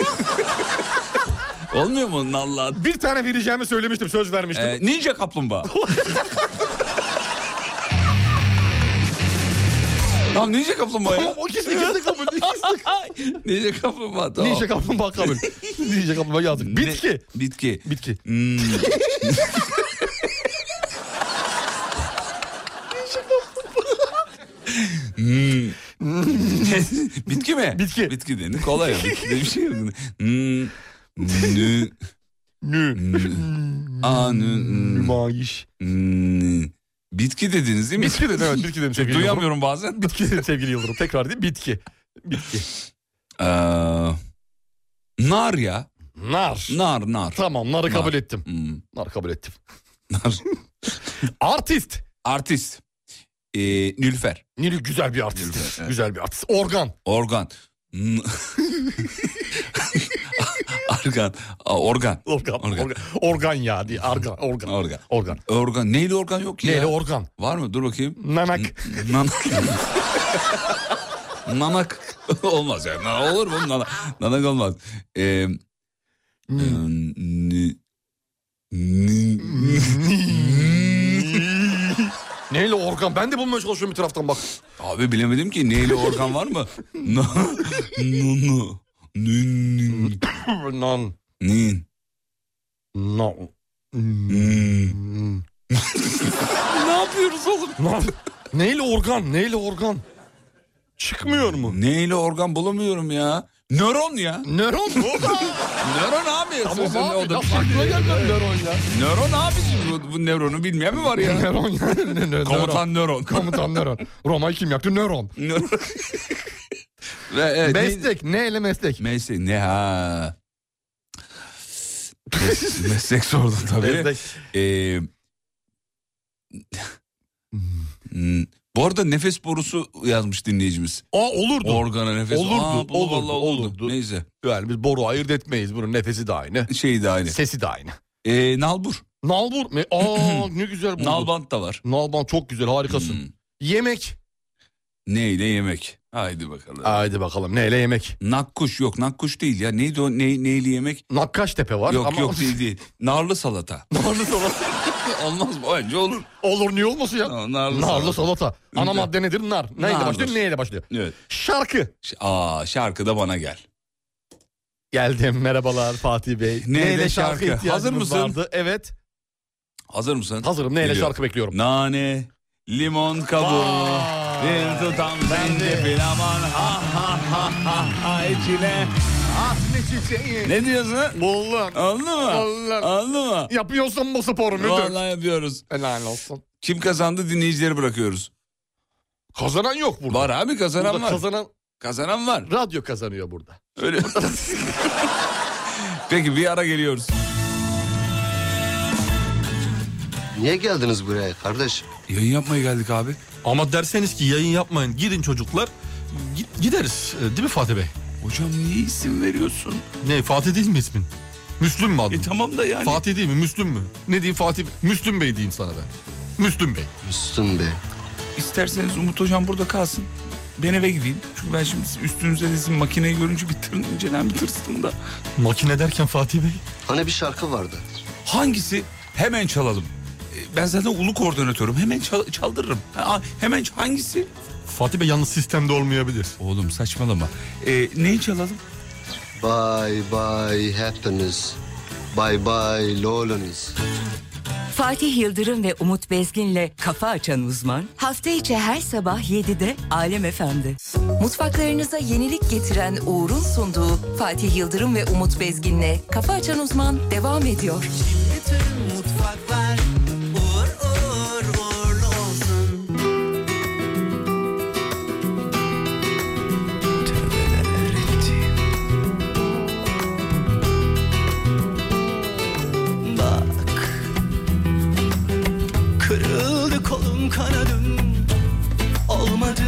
Speaker 4: [laughs] Olmuyor mu nallı at?
Speaker 5: bir tane vereceğimi söylemiştim söz vermiştim.
Speaker 4: Ee, ninja
Speaker 5: [laughs]
Speaker 4: kaplumbağa. tamam ninja kaplumbağa ya.
Speaker 5: Tamam o kesin kesin kabul. Kesin.
Speaker 3: [laughs]
Speaker 4: ninja kaplumbağa tamam.
Speaker 5: Ninja
Speaker 4: [laughs]
Speaker 5: kaplumbağa kabul. Ninja kaplumbağa yazdık.
Speaker 4: Ne-
Speaker 5: Bitki.
Speaker 4: Bitki.
Speaker 5: Bitki.
Speaker 4: Hmm.
Speaker 5: [laughs]
Speaker 4: Hmm. [laughs] Bitki mi?
Speaker 5: Bitki.
Speaker 4: Bitki dedi. Kolay ya. Bitki de bir şey yok. Hmm. Nü.
Speaker 5: Nü.
Speaker 4: Nü.
Speaker 5: Hmm.
Speaker 4: Aa, nü- nü.
Speaker 5: Nümayiş.
Speaker 4: Hmm. Bitki dediniz değil mi?
Speaker 5: Bitki dedim evet
Speaker 4: [laughs]
Speaker 5: bitki dedim sevgili Yıldırım.
Speaker 4: Duyamıyorum bazen.
Speaker 5: Bitki dedim sevgili Yıldırım. Tekrar diyeyim bitki. Bitki.
Speaker 4: Ee, nar ya.
Speaker 5: Nar.
Speaker 4: Nar nar.
Speaker 5: Tamam narı kabul
Speaker 4: Nar.
Speaker 5: ettim.
Speaker 4: Hmm,
Speaker 5: Nar kabul ettim.
Speaker 4: nar.
Speaker 5: [laughs] Artist.
Speaker 4: Artist. Ee, Nülfer.
Speaker 5: Nil güzel bir artist.
Speaker 4: Güzel, evet.
Speaker 5: Güzel bir artist. Organ.
Speaker 4: Organ. N- [laughs] organ. Aa, Organ.
Speaker 5: Organ. Organ,
Speaker 4: Organ.
Speaker 5: organ. organ ya diye. Argan. Organ.
Speaker 4: Organ.
Speaker 5: Organ.
Speaker 4: Organ. Neyli organ yok ya?
Speaker 5: Neyle organ?
Speaker 4: Var mı? Dur bakayım.
Speaker 5: Nanak.
Speaker 4: Nanak. [laughs] nanak. [laughs] olmaz ya. Nanak olur mu? Nanak, nanak olmaz. Ee, e, n- n-
Speaker 5: Neyle organ? Ben de bulmaya çalışıyorum bir taraftan bak.
Speaker 4: Abi bilemedim ki neyli organ var mı? [laughs] Na- nu- nu- nü- nü-
Speaker 5: Nan.
Speaker 4: nü-
Speaker 5: Nan.
Speaker 4: nü-
Speaker 5: [laughs] ne yapıyoruz oğlum? Lan, neyle organ? Neyle organ? Çıkmıyor mu?
Speaker 4: Neyli organ bulamıyorum ya. Nöron ya.
Speaker 5: Nöron mu?
Speaker 4: Nöron abi.
Speaker 5: tamam
Speaker 4: Sözün ne
Speaker 5: abi.
Speaker 4: oldu?
Speaker 5: Laf aklına gelmez nöron ya.
Speaker 4: Nöron abicim. Bu, bu nöronu bilmeyen mi var ya?
Speaker 5: [laughs] Nöron ya. Ne- ne- nöron.
Speaker 4: Komutan nöron.
Speaker 5: Komutan nöron. Roma'yı kim
Speaker 4: [laughs]
Speaker 5: yaktı? Nöron.
Speaker 4: Nöron. Ve, evet, ne-
Speaker 5: Meslek. Neyle meslek?
Speaker 4: Meslek. Ne ha.
Speaker 5: [laughs]
Speaker 4: Mes- Meslek sordun tabii. Ee, hmm. Bu arada nefes borusu yazmış dinleyicimiz.
Speaker 5: Aa olurdu.
Speaker 4: Organa nefes.
Speaker 5: Olurdu,
Speaker 4: Aa, bu
Speaker 5: olurdu,
Speaker 4: vallahi oldu.
Speaker 5: olurdu.
Speaker 4: Neyse.
Speaker 5: yani biz boru ayırt etmeyiz. Bunun nefesi de aynı.
Speaker 4: Şey de aynı.
Speaker 5: Sesi de aynı.
Speaker 4: Ee, nalbur.
Speaker 5: Nalbur. Ne?
Speaker 4: [clears throat]
Speaker 5: Aa ne güzel buldun.
Speaker 4: Nalbant da var.
Speaker 5: Nalban çok güzel harikasın.
Speaker 4: Hmm.
Speaker 5: Yemek.
Speaker 4: Neyle yemek? Haydi bakalım.
Speaker 5: Haydi bakalım neyle yemek?
Speaker 4: Nakkuş yok nakkuş değil ya. Neydi o ne, neyli yemek?
Speaker 5: Nakkaştepe var
Speaker 4: yok
Speaker 5: ama...
Speaker 4: yok değil değil. Narlı
Speaker 5: [laughs]
Speaker 4: salata.
Speaker 5: Narlı salata.
Speaker 4: [laughs] Olmaz mı? Bence olur.
Speaker 5: Olur niye olmasın ya?
Speaker 4: Narlı,
Speaker 5: Narlı salata. Ana
Speaker 4: Nar.
Speaker 5: madde nedir? Nar. Neyle
Speaker 4: Nardır.
Speaker 5: başlıyor? Neyle başlıyor?
Speaker 4: Evet.
Speaker 5: Şarkı.
Speaker 4: Ş- Aa şarkı da bana gel.
Speaker 5: Geldim merhabalar Fatih Bey.
Speaker 4: Neyle şarkı?
Speaker 5: ihtiyacımız
Speaker 4: Hazır mısın?
Speaker 5: Vardı. Evet.
Speaker 4: Hazır mısın?
Speaker 5: Hazırım. Neyle
Speaker 4: Geliyor.
Speaker 5: şarkı bekliyorum.
Speaker 4: Nane, limon kabuğu,
Speaker 5: Vay.
Speaker 4: bir tutam
Speaker 5: Ben de.
Speaker 4: zencefil aman ha ha ha ha ha içine.
Speaker 5: Aslı çiçeği.
Speaker 4: Ne diyorsun?
Speaker 5: Buldum.
Speaker 4: Anladın mı?
Speaker 5: Allah.
Speaker 4: Anladın mı?
Speaker 5: Yapıyorsun bu sporu müdür?
Speaker 4: Vallahi yapıyoruz.
Speaker 5: Helal olsun.
Speaker 4: Kim kazandı dinleyicileri bırakıyoruz.
Speaker 5: Kazanan yok burada.
Speaker 4: Var abi kazanan
Speaker 5: Burada
Speaker 4: var.
Speaker 5: kazanan
Speaker 4: kazanan var.
Speaker 5: radyo kazanıyor burada.
Speaker 4: Öyle. [laughs] Peki bir ara geliyoruz.
Speaker 7: Niye geldiniz buraya kardeş?
Speaker 3: Yayın yapmaya geldik abi.
Speaker 15: Ama derseniz ki yayın yapmayın gidin çocuklar git- gideriz E, değil mi Fatih Bey?
Speaker 3: Hocam niye isim veriyorsun?
Speaker 15: Ne Fatih değil mi ismin? Müslüm mü adın?
Speaker 3: E tamam da yani.
Speaker 15: Fatih değil mi Müslüm mü? Ne diyeyim Fatih? Müslüm Bey diyeyim sana ben. Müslüm Bey.
Speaker 7: Müslüm Bey.
Speaker 3: İsterseniz Umut hocam burada kalsın. Ben eve gideyim. Çünkü ben şimdi üstünüze de sizin makineyi görünce bir tırn, incelen bir tırstım da.
Speaker 15: Makine derken Fatih Bey.
Speaker 7: Hani bir şarkı vardı.
Speaker 3: Hangisi? Hemen çalalım. E, Ben zaten ulu koordinatörüm. Hemen çal- çaldırırım. Ha, hemen ç- hangisi?
Speaker 15: Fatih Bey yalnız sistemde olmayabilir.
Speaker 3: Oğlum saçmalama. E, neyi çalalım?
Speaker 7: Bye bye happiness. Bye bye loneliness.
Speaker 1: Fatih Yıldırım ve Umut Bezgin'le Kafa Açan Uzman hafta içi her sabah 7'de Alem Efendi.
Speaker 16: Mutfaklarınıza yenilik getiren Uğur'un sunduğu Fatih Yıldırım ve Umut Bezgin'le Kafa Açan Uzman devam ediyor.
Speaker 6: uğur uğur uğurlu olsun Kırıldı kolum kanadım Olmadı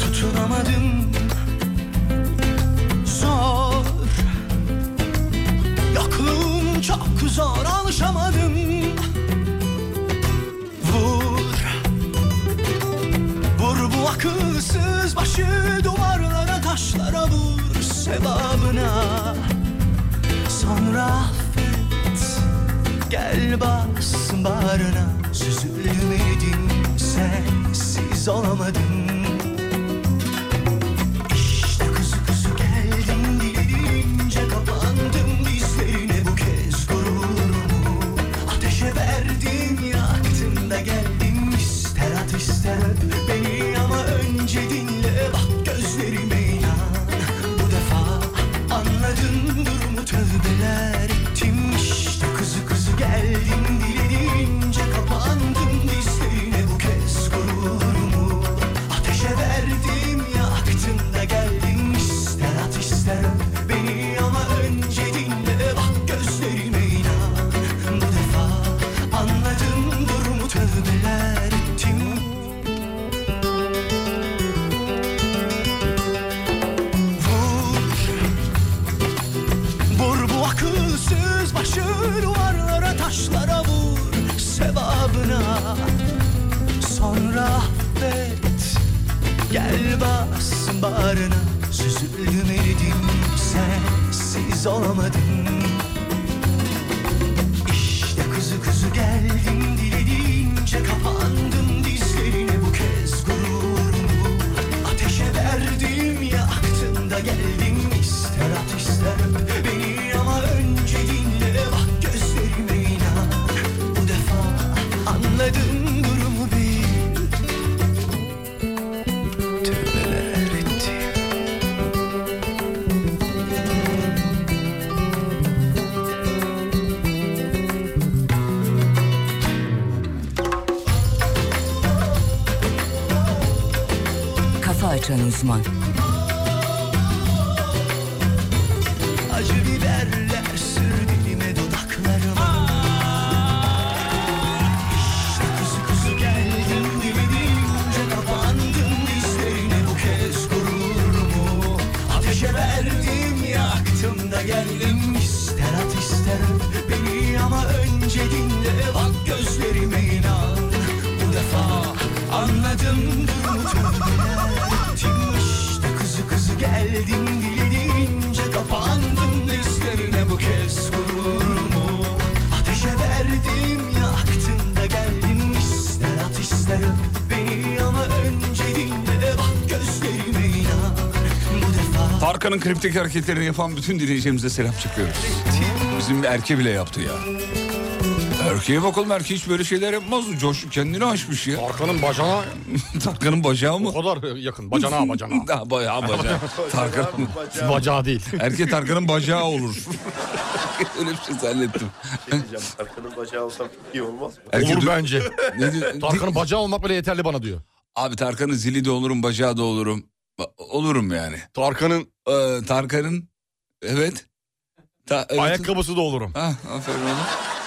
Speaker 6: tutunamadım Zor Yokluğum çok zor alışamadım Vur Vur bu akılsız başı duvarlara taşlara vur Sevabına Sonra affet Gel bas bağrına Süzülmedim sensiz olamadım İşte kuzu kuzu geldim dilince kapandım dizlerine bu kez gururumu Ateşe verdim yaktım da geldim ister at ister öp beni ama önce dinle bak gözlerime inan Bu defa Anladın durumu tövbeler ettim işte kızı kızı geldim dilediğince kapandım dizlerine bu kez gururumu ateşe verdim yaktım da geldim ister at ister öp beni ama önce dinle bak gözlerime inan bu defa anladım durumu tövbeler ettim Vur bu akılsız başı duvarlara taşlara vur sevabına Sonra affet gel bas bağrına Süzüldüm eridim sensiz olamadım İşte kuzu kuzu geldim dilediğince kapandım dizlerine bu kez gururumu Ateşe verdim yaktım da geldim ister at ister öp beni ama önce dinle bak gözlerime inan Bu defa anladın durumu bil Tövbeler ettim
Speaker 1: Kafa Açan Uzman.
Speaker 6: Acı biberler sür dilime dudaklarıma İşte kuzu kuzu geldim dilince kapandım dizlerine bu kez gururumu Ateşe verdim yaktım da geldim ister at ister öp beni ama önce dinle bak gözlerime inan Bu defa anladım durumu tövbeler ettim işte kızı kızı geldim dilediğince kapandım dizlerine bu kez gururumu Ateşe verdim yaktın da geldim ister at ister öp beni ama önce dinle bak gözlerime inan Bu defa
Speaker 4: Tarkan'ın kriptik hareketlerini yapan bütün dinleyicilerimize selam çekiyoruz. Bizim erke bile yaptı ya. Erkeğe bakalım erkeği hiç böyle şeyler yapmaz. Coş kendini aşmış ya.
Speaker 5: Tarkan'ın bacağı.
Speaker 4: [laughs] Tarkan'ın bacağı mı?
Speaker 5: O kadar yakın.
Speaker 4: [laughs]
Speaker 5: Bacana bacana.
Speaker 4: Ha, bayağı [laughs] bacağı. Tarkan.
Speaker 5: Bacağı değil.
Speaker 4: Erkek Tarkan'ın bacağı
Speaker 5: [laughs]
Speaker 4: olur. [laughs] Öyle bir şey zannettim.
Speaker 17: Arkanın bacağı olsam iyi olmaz mı?
Speaker 4: Erkek
Speaker 5: Olur
Speaker 4: dur-
Speaker 5: bence.
Speaker 4: [laughs] Ne diyor?
Speaker 5: Tarkan'ın bacağı olmak bile yeterli bana diyor.
Speaker 4: Abi Tarkan'ın zili de olurum, bacağı da olurum. Ba- Olurum yani.
Speaker 5: Tarkan'ın...
Speaker 4: Ee, Tarkan'ın... Evet. Ta- evet.
Speaker 5: Ayakkabısı da olurum.
Speaker 4: Ha, aferin oğlum.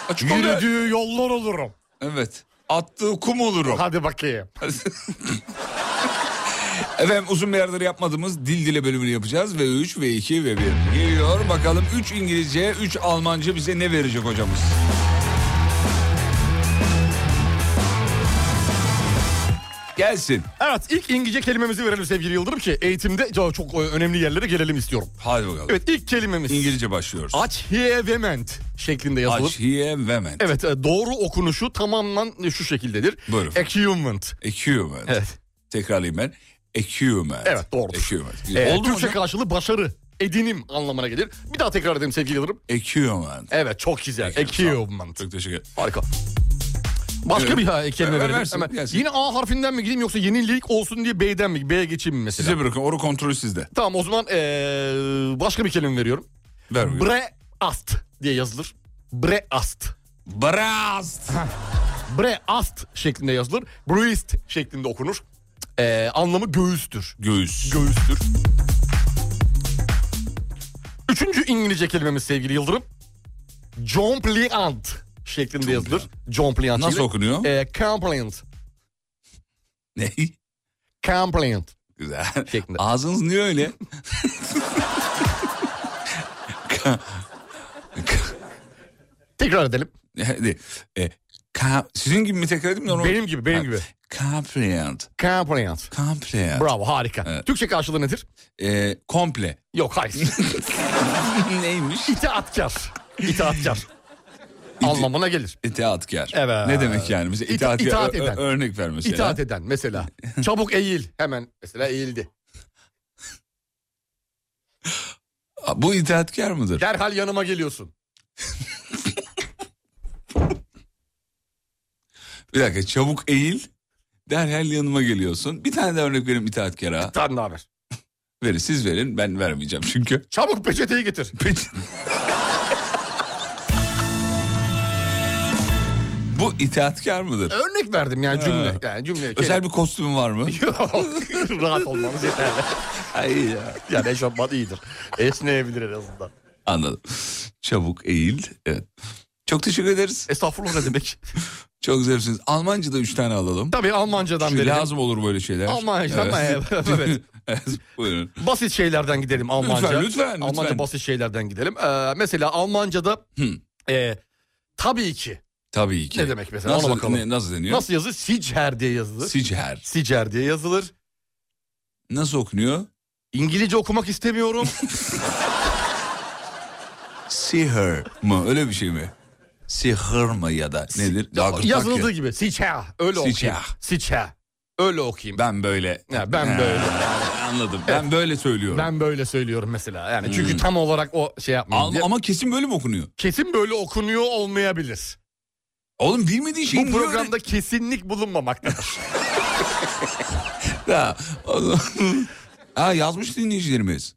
Speaker 4: Açık oluyor.
Speaker 5: Yürüdüğü yollar olurum.
Speaker 4: Evet. Attığı kum olurum.
Speaker 5: Hadi bakayım.
Speaker 4: [laughs] Efendim uzun bir yerdir yapmadığımız dil dile bölümünü yapacağız. Ve 3 ve 2 ve 1 geliyor. Bakalım 3 İngilizce, 3 Almanca bize ne verecek hocamız? Gelsin.
Speaker 5: Evet ilk İngilizce kelimemizi verelim sevgili Yıldırım ki eğitimde çok, çok önemli yerlere gelelim istiyorum.
Speaker 4: Hadi bakalım.
Speaker 5: Evet ilk kelimemiz.
Speaker 4: İngilizce başlıyoruz.
Speaker 5: Achievement şeklinde yazılır.
Speaker 4: Achievement.
Speaker 5: Evet e, doğru okunuşu tamamen e, şu şekildedir.
Speaker 4: Buyurun.
Speaker 5: Achievement.
Speaker 4: Achievement.
Speaker 5: Evet.
Speaker 4: Tekrarlayayım ben. Achievement.
Speaker 5: Evet, doğrudur.
Speaker 4: Achievement. Güzel.
Speaker 5: E,
Speaker 4: Oldu mu
Speaker 5: Türkçe
Speaker 4: hocam?
Speaker 5: karşılığı başarı, edinim anlamına gelir. Bir daha tekrar edeyim sevgili Yıldırım.
Speaker 4: Achievement.
Speaker 5: Evet çok güzel. Achievement.
Speaker 4: Çok teşekkür ederim.
Speaker 5: Harika. Başka
Speaker 4: Evet.
Speaker 5: bir ha- kelime
Speaker 4: Ver-
Speaker 5: verelim.
Speaker 4: versin,
Speaker 5: Hemen.
Speaker 4: gelsin.
Speaker 5: Yine A harfinden mi gideyim yoksa yenilik olsun diye B'den mi? B'ye geçeyim mi mesela?
Speaker 4: Size bırakın. Oru kontrolü sizde.
Speaker 5: Tamam o zaman e, başka bir kelime veriyorum.
Speaker 4: Ver. buyurun.
Speaker 5: Breast diye yazılır. Breast.
Speaker 4: Brast.
Speaker 5: Breast şeklinde yazılır. Breast şeklinde okunur. Ee, anlamı göğüstür.
Speaker 4: Göğüs.
Speaker 5: Göğüstür. Üçüncü İngilizce kelimemiz sevgili Yıldırım. Jompliant şeklinde yazılır. Compliant.
Speaker 4: Nasıl okunuyor?
Speaker 5: E, compliant.
Speaker 4: Ne?
Speaker 5: Compliant. [laughs]
Speaker 4: Güzel. Ağzınız niye öyle?
Speaker 5: [laughs] Tekrar edelim.
Speaker 4: Hadi. E, ka- sizin gibi mi tekrar edeyim? normal-
Speaker 5: Benim gibi, benim
Speaker 4: Ha,
Speaker 5: gibi.
Speaker 4: Comprehend.
Speaker 5: Comprehend.
Speaker 4: Comprehend. Ee,
Speaker 5: Bravo harika. Türkçe karşılığı nedir?
Speaker 4: komple.
Speaker 5: Yok hayır.
Speaker 4: [laughs] Neymiş?
Speaker 5: İtaatkar. İtaatkar. Anlamına gelir.
Speaker 4: İtaatkar.
Speaker 5: Evet.
Speaker 4: Ne demek yani? Bize
Speaker 5: İta-
Speaker 4: itaatkar
Speaker 5: itaat
Speaker 4: ö- ö-
Speaker 5: eden.
Speaker 4: örnek ver mesela.
Speaker 5: İtaat eden mesela. Çabuk eğil. Hemen mesela eğildi.
Speaker 4: Bu itaatkar mıdır?
Speaker 5: Derhal yanıma geliyorsun.
Speaker 4: Bir dakika çabuk eğil. Derhal yanıma geliyorsun. Bir tane daha örnek verin itaatkara. Bir
Speaker 5: tane daha ver.
Speaker 4: [laughs] Verin siz verin ben vermeyeceğim çünkü.
Speaker 5: Çabuk peçeteyi getir.
Speaker 4: Bu itaatkar mıdır?
Speaker 5: Örnek verdim yani cümle.
Speaker 4: Ha.
Speaker 5: Yani cümle.
Speaker 4: Özel bir kostüm var
Speaker 5: [laughs]
Speaker 4: mı?
Speaker 5: Rahat olmanız yeterli.
Speaker 4: Ay ya.
Speaker 5: Yani eşofman iyidir. Esneyebilir en azından.
Speaker 4: Anladım. Çabuk eğil. Evet. Çok teşekkür ederiz.
Speaker 5: Estağfurullah ne demek.
Speaker 4: [laughs] Çok zarifsiniz. Almanca'da üç tane alalım.
Speaker 5: Tabii Almanca'dan
Speaker 4: Çünkü
Speaker 5: verelim.
Speaker 4: lazım olur böyle şeyler. [laughs]
Speaker 5: Almanca'dan, evet, evet.
Speaker 4: evet. Buyurun.
Speaker 5: Basit şeylerden gidelim Almanca.
Speaker 4: Lütfen, lütfen, lütfen.
Speaker 5: Almanca basit şeylerden gidelim. Ee, mesela Almanca'da e, tabii ki.
Speaker 4: Tabii ki.
Speaker 5: Ne demek mesela
Speaker 4: Nasıl-
Speaker 5: ona bakalım.
Speaker 4: ne- nasıl deniyor?
Speaker 5: Nasıl yazılır? Sicher diye yazılır.
Speaker 4: Sicher.
Speaker 5: Sicher diye yazılır.
Speaker 4: Nasıl okunuyor?
Speaker 5: İngilizce okumak istemiyorum.
Speaker 4: Sihir mı? Öyle bir şey mi? Sihir mı [laughs] ya da nedir? Yakut
Speaker 5: Yazıldığı
Speaker 4: bakıyor.
Speaker 5: gibi. Sicher. Öyle okuyayım.
Speaker 4: Sicher.
Speaker 5: Sicher. Öyle okuyayım.
Speaker 4: Ben böyle.
Speaker 5: Ya ben
Speaker 4: Ha,
Speaker 5: böyle.
Speaker 4: Anladım. Ben böyle söylüyorum.
Speaker 5: Ben böyle söylüyorum mesela. Yani çünkü
Speaker 4: Hmm.
Speaker 5: tam olarak o şey yapmıyor.
Speaker 4: Al- ama kesin böyle mi okunuyor?
Speaker 5: kesin böyle okunuyor olmayabilir.
Speaker 4: Oğlum bilmediğin şeyi
Speaker 5: Bu
Speaker 4: niye
Speaker 5: programda kesinlik bulunmamaktadır.
Speaker 4: [laughs]
Speaker 5: [laughs]
Speaker 4: Ya, oğlum. [laughs] ha yazmış dinleyicilerimiz.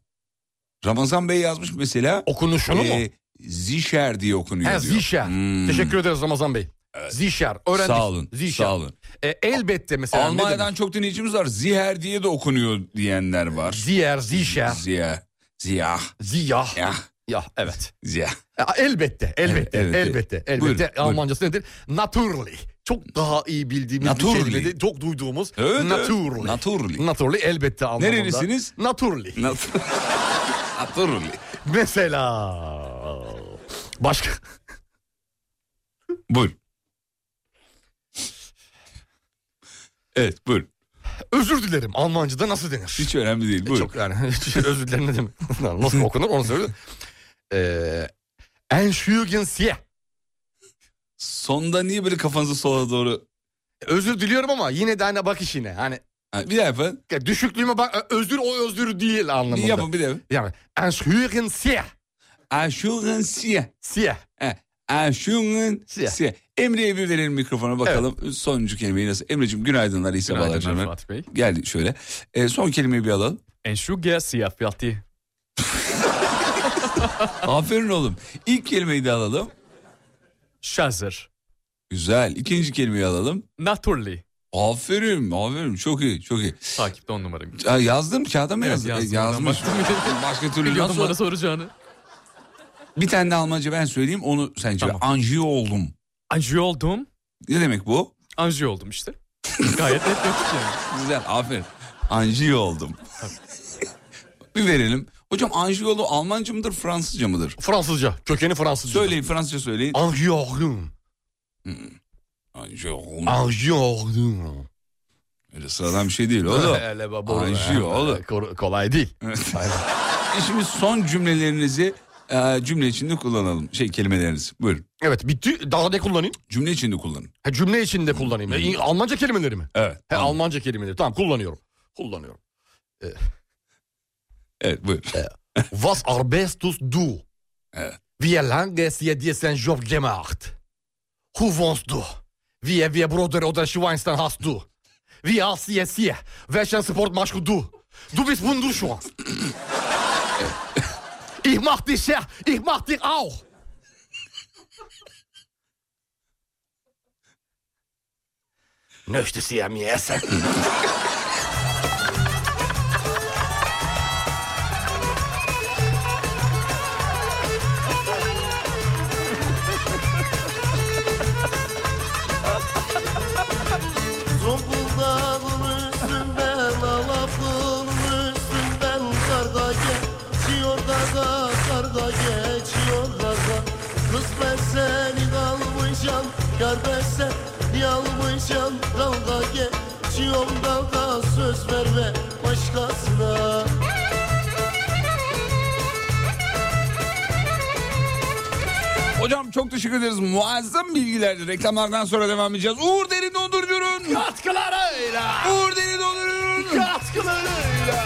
Speaker 4: Ramazan Bey yazmış mesela. e,
Speaker 5: Okunuşunu mu?
Speaker 4: Zişer diye okunuyor
Speaker 5: Ha,
Speaker 4: diyor.
Speaker 5: Zişer.
Speaker 4: Hmm.
Speaker 5: Teşekkür ederiz Ramazan Bey. Zişer. Öğrendik.
Speaker 4: Sağ olun,
Speaker 5: Zişer.
Speaker 4: sağ olun.
Speaker 5: E, elbette mesela. ne
Speaker 4: Almanya'dan
Speaker 5: demek?
Speaker 4: çok dinleyicimiz var. Ziher diye de okunuyor diyenler var.
Speaker 5: Ziyer, zişer.
Speaker 4: Ziyer. Ziyah.
Speaker 5: Ziyah.
Speaker 4: Yah.
Speaker 5: Ya evet.
Speaker 4: Ziyah.
Speaker 5: E, Elbette, elbette,
Speaker 4: Evet, evet.
Speaker 5: elbette, elbette.
Speaker 4: Buyurun, buyurun.
Speaker 5: Almancası nedir? Naturally. Çok daha iyi bildiğimiz
Speaker 4: Naturally.
Speaker 5: bir kelime değil, Çok duyduğumuz.
Speaker 4: Evet, evet.
Speaker 5: naturally.
Speaker 4: Naturally.
Speaker 5: Naturally elbette anlamında.
Speaker 4: Nerelisiniz?
Speaker 5: Naturally.
Speaker 4: Nat- [laughs] Naturally.
Speaker 5: Mesela. Başka.
Speaker 4: Buyur. Evet buyur.
Speaker 5: Özür dilerim. Almanca'da nasıl denir?
Speaker 4: Hiç önemli değil. Buyur.
Speaker 5: E, Çok yani. [laughs] özür dilerim
Speaker 4: [laughs]
Speaker 5: ne demek? Nasıl okunur onu söyle. Ee, Entschuldigung
Speaker 4: Sonda niye böyle kafanızı sola doğru...
Speaker 5: Özür diliyorum ama yine de hani bak işine. Hani
Speaker 4: Ha, bir daha yapın.
Speaker 5: ya düşüklüğüme bak özür o özür değil anlamında.
Speaker 4: Bir yapın bir daha yapın.
Speaker 5: Yani Entschuldigung Sie.
Speaker 4: Aşığın siyah.
Speaker 5: Sie.
Speaker 4: He, Aşığın
Speaker 5: Siyah.
Speaker 4: Eh, siyah. Emre'ye bir verelim mikrofona bakalım. Sonuncu kelimeyi nasıl? Emre'cim günaydınlar. iyi sabahlar.
Speaker 18: Günaydınlar
Speaker 4: canım.
Speaker 18: Fatih Bey.
Speaker 4: Gel şöyle. E, son kelimeyi bir alalım.
Speaker 18: Enşuge siyah Fatih.
Speaker 4: [laughs] Aferin oğlum. İlk kelimeyi de alalım.
Speaker 18: Şazır.
Speaker 4: Güzel. İkinci kelimeyi alalım.
Speaker 18: Naturally.
Speaker 4: Aferin, aferin. Çok iyi, çok iyi.
Speaker 18: Takipte on numaram.
Speaker 4: Ya yazdım, kağıda mı
Speaker 18: Evet,
Speaker 4: yazdın?
Speaker 18: yazdım.
Speaker 4: E, Yazmış. Başka türlü
Speaker 18: Biliyordum
Speaker 4: nasıl?
Speaker 18: şey bana soracağını.
Speaker 4: Bir tane de Almanca ben söyleyeyim, onu sen çevir. Anjiyo oldum.
Speaker 18: Anjiyo oldum.
Speaker 4: Ne demek bu?
Speaker 18: Anjiyo oldum işte. Gayet net öptük yani.
Speaker 4: [laughs] Güzel, aferin. Anjiyo oldum. bir verelim. Hocam anjiyolu Almanca mıdır, Fransızca mıdır?
Speaker 5: Fransızca. Kökeni Fransızca.
Speaker 4: Söyleyin, Fransızca söyleyin.
Speaker 5: Entschuldigung.
Speaker 4: Hmm. Anjiyo oldum.
Speaker 5: Entschuldigung.
Speaker 4: Öyle sıradan bir şey değil
Speaker 5: [laughs]
Speaker 4: oğlum.
Speaker 5: Öyle baba.
Speaker 4: Anjiyo oğlum.
Speaker 5: Kolay değil.
Speaker 4: E Şimdi son cümlelerinizi e, cümle içinde kullanalım. Şey kelimelerinizi. Buyurun.
Speaker 5: Evet bitti. Daha ne kullanayım?
Speaker 4: Cümle içinde kullanın.
Speaker 5: Ha, cümle içinde kullanayım. E, Almanca kelimeleri mi?
Speaker 4: Evet.
Speaker 5: He, Almanca kelimeleri. Tamam kullanıyorum. Kullanıyorum. Ee.
Speaker 4: Evet buyur.
Speaker 5: Was arbeitest du?
Speaker 4: Evet.
Speaker 5: Wie lange sie dir sen Job gemacht? Who wants du? Wie wir Bruder oder Schweinstein hast du? Wie hast sie es hier? Welchen Sport machst du? Du bist wunderschön. ich mach dich her, ich mach dich auch. Möchte sie an mir essen?
Speaker 19: Yar versen yalmayacağım dalga geçiyorum dalga söz verme başkasına
Speaker 4: Hocam çok teşekkür ederiz. Muazzam bilgilerdi. Reklamlardan sonra devam edeceğiz. Uğur Derin Dondurucu'nun katkılarıyla. Uğur Derin Dondurucu'nun katkılarıyla.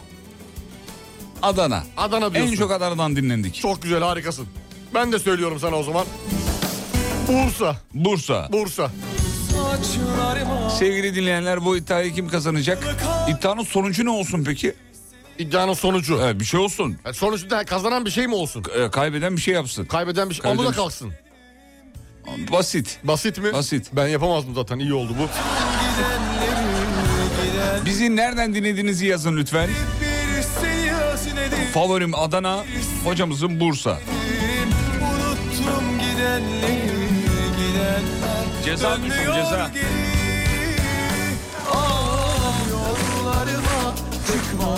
Speaker 4: Adana.
Speaker 5: Adana
Speaker 4: En çok Adana'dan dinlendik.
Speaker 5: Çok güzel harikasın. Ben de söylüyorum sana o zaman. Bursa.
Speaker 4: Bursa.
Speaker 5: Bursa.
Speaker 20: Saçlarıma
Speaker 4: Sevgili dinleyenler bu iddiayı kim kazanacak? İddianın sonucu ne olsun peki?
Speaker 5: İddianın sonucu.
Speaker 4: Evet bir şey olsun.
Speaker 5: sonuçta kazanan bir şey mi olsun?
Speaker 4: kaybeden bir şey yapsın.
Speaker 5: Kaybeden bir şey.
Speaker 4: Kaybeden
Speaker 5: Amuda
Speaker 4: bir şey-
Speaker 5: kalksın.
Speaker 4: Basit.
Speaker 5: Basit mi?
Speaker 4: Basit.
Speaker 5: Ben yapamazdım zaten iyi şey oldu bu.
Speaker 4: Bizi nereden dinlediğinizi yazın lütfen.
Speaker 20: Bir seni özledim
Speaker 4: Favorim Adana, hocamızın Bursa.
Speaker 20: Unuttum gidenleri gidenler
Speaker 4: Ceza düşün,
Speaker 20: Dönmüyor
Speaker 4: ceza.
Speaker 20: geri. Ah, Yollarıma çıkma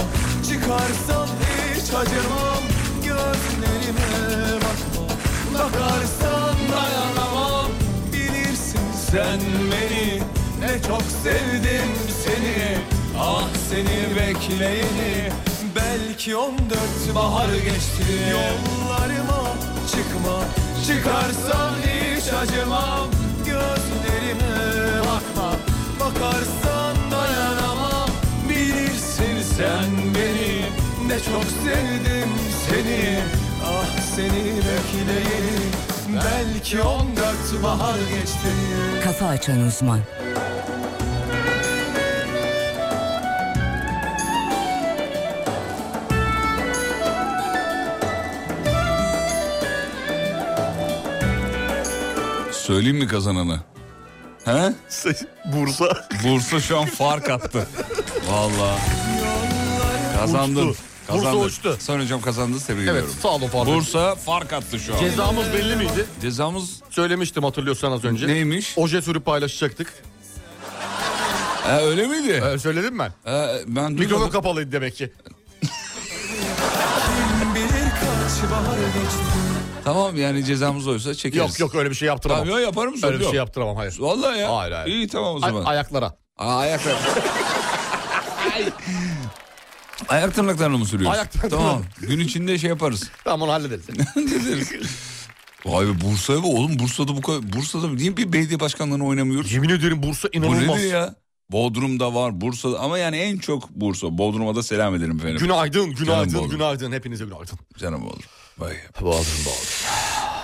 Speaker 20: Çıkarsam hiç acımam Gözlerime bakma Bakarsan dayanamam Bilirsin sen beni Ne çok sevdim seni Ah seni bekleyeni Belki on dört bahar geçti Yollarıma çıkma Çıkarsan hiç acımam Gözlerime bakma Bakarsan dayanamam Bilirsin sen beni Ne çok sevdim seni Ah seni bekleyeni Belki on dört bahar geçti
Speaker 1: Kafa Açan Uzman.
Speaker 4: Söyleyeyim mi kazananı? He?
Speaker 5: Bursa.
Speaker 4: Bursa şu an fark attı. Vallahi. Kazandın.
Speaker 5: Uçtu. Bursa
Speaker 4: Kazandın.
Speaker 5: uçtu.
Speaker 4: Sayın hocam kazandınız tebrik
Speaker 5: Evet,
Speaker 4: ediyorum.
Speaker 5: sağ olun Faruk.
Speaker 4: Bursa fark attı şu an.
Speaker 5: Cezamız belli miydi?
Speaker 4: Cezamız
Speaker 5: söylemiştim hatırlıyorsan az önce.
Speaker 4: Neymiş?
Speaker 5: Oje sürüp paylaşacaktık.
Speaker 4: Ha, öyle miydi?
Speaker 5: söyledim ben.
Speaker 4: ben
Speaker 5: Mikrofon kapalıydı demek ki.
Speaker 20: bahar geçti
Speaker 4: Tamam yani cezamız oysa çekeriz.
Speaker 5: Yok yok öyle bir şey yaptıramam.
Speaker 4: Tamam, yok, yapar mısın?
Speaker 5: Öyle bir
Speaker 4: Yok.
Speaker 5: şey yaptıramam hayır.
Speaker 4: Vallahi ya.
Speaker 5: Hayır hayır.
Speaker 4: İyi tamam o
Speaker 5: Ay-
Speaker 4: zaman.
Speaker 5: ayaklara.
Speaker 4: Aa, ayaklar. Ayak tırnaklarını mı sürüyoruz?
Speaker 5: Ayak tırnaklarını.
Speaker 4: Tamam. Gün içinde şey yaparız.
Speaker 5: Tamam onu hallederiz.
Speaker 4: [laughs] Hallederiz. Vay be Bursa'ya bak oğlum Bursa'da bu kadar. Bursa'da niye bir belediye başkanlarını oynamıyoruz?
Speaker 5: Yemin ederim Bursa
Speaker 4: Bu
Speaker 5: inanılmaz.
Speaker 4: nedir ya? Bodrum'da var Bursa'da ama yani en çok Bursa. Bodrum'a da selam ederim efendim.
Speaker 5: Günaydın, günaydın,
Speaker 4: Bodrum.
Speaker 5: günaydın. Hepinize günaydın.
Speaker 4: Canım Bodrum. Vay.
Speaker 5: Bodrum,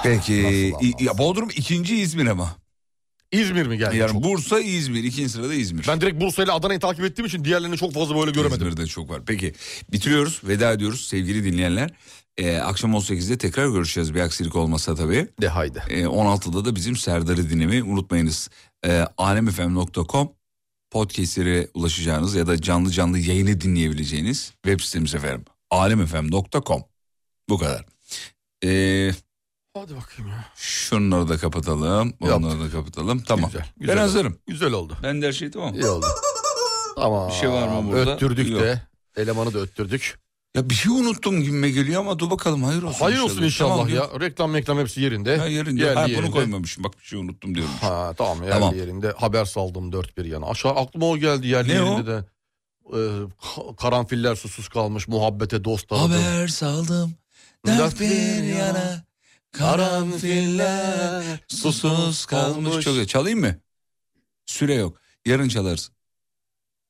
Speaker 4: Peki. i- Ya Bodrum ikinci İzmir ama.
Speaker 5: İzmir mi geldi?
Speaker 4: Yani Bursa, İzmir. ikinci sırada İzmir.
Speaker 5: Ben direkt Bursa ile Adana'yı takip ettiğim için diğerlerini çok fazla böyle göremedim.
Speaker 4: İzmir'de çok var. Peki bitiriyoruz, veda ediyoruz sevgili dinleyenler. Ee, akşam 18'de tekrar görüşeceğiz bir aksilik olmasa tabii.
Speaker 5: De haydi.
Speaker 4: 16'da da bizim Serdar'ı dinlemeyi unutmayınız. Ee, alemfm.com podcastlere ulaşacağınız ya da canlı canlı yayını dinleyebileceğiniz web sitemiz efendim. alemfm.com Bu kadar. Ee,
Speaker 5: Hadi bakayım ya.
Speaker 4: şunları da kapatalım. Onları da kapatalım. Tamam.
Speaker 5: Güzel
Speaker 4: ben
Speaker 5: oldu.
Speaker 4: hazırım.
Speaker 5: Güzel oldu.
Speaker 4: Ben de her şey tamam.
Speaker 5: İyi oldu. Ama
Speaker 4: Bir şey var mı burada?
Speaker 5: Öttürdük
Speaker 4: Yok.
Speaker 5: de. Elemanı da öttürdük.
Speaker 4: Ya bir şey unuttum gibime geliyor ama dur bakalım hayır olsun.
Speaker 5: Hayır olsun inşallah
Speaker 4: şey Tamam,
Speaker 5: ya. Reklam reklam hepsi yerinde.
Speaker 4: Ha, yerinde. Ha, bunu koymamışım. Bak bir şey unuttum diyorum.
Speaker 5: Ha tamam yerli
Speaker 4: Tamam.
Speaker 5: yerinde. Haber saldım dört bir yana. Aşağı aklıma o geldi yerli
Speaker 4: Ne
Speaker 5: yerinde
Speaker 4: o?
Speaker 5: de. Ee, ka- karanfiller susuz kalmış muhabbete dost aradım.
Speaker 4: Haber saldım dört bir yana karanfiller susuz kalmış. Çok Çalayım mı? Süre yok. Yarın çalarız.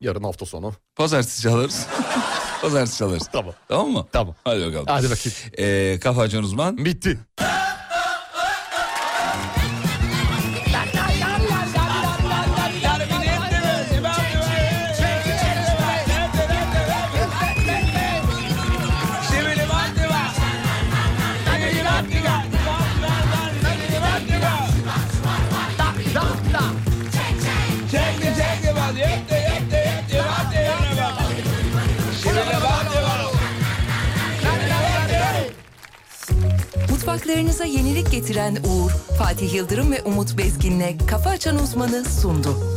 Speaker 5: Yarın hafta sonu.
Speaker 4: Pazartesi çalarız. [laughs] Pazartesi çalarız.
Speaker 5: Tamam.
Speaker 4: Tamam mı?
Speaker 5: Tamam.
Speaker 4: Hadi bakalım.
Speaker 5: Hadi bakayım.
Speaker 4: Ee, Kafa Açan Uzman.
Speaker 5: Bitti.
Speaker 16: Mutfaklarınıza yenilik getiren Uğur, Fatih Yıldırım ve Umut Bezgin'le Kafa Açan Uzman'ı sundu.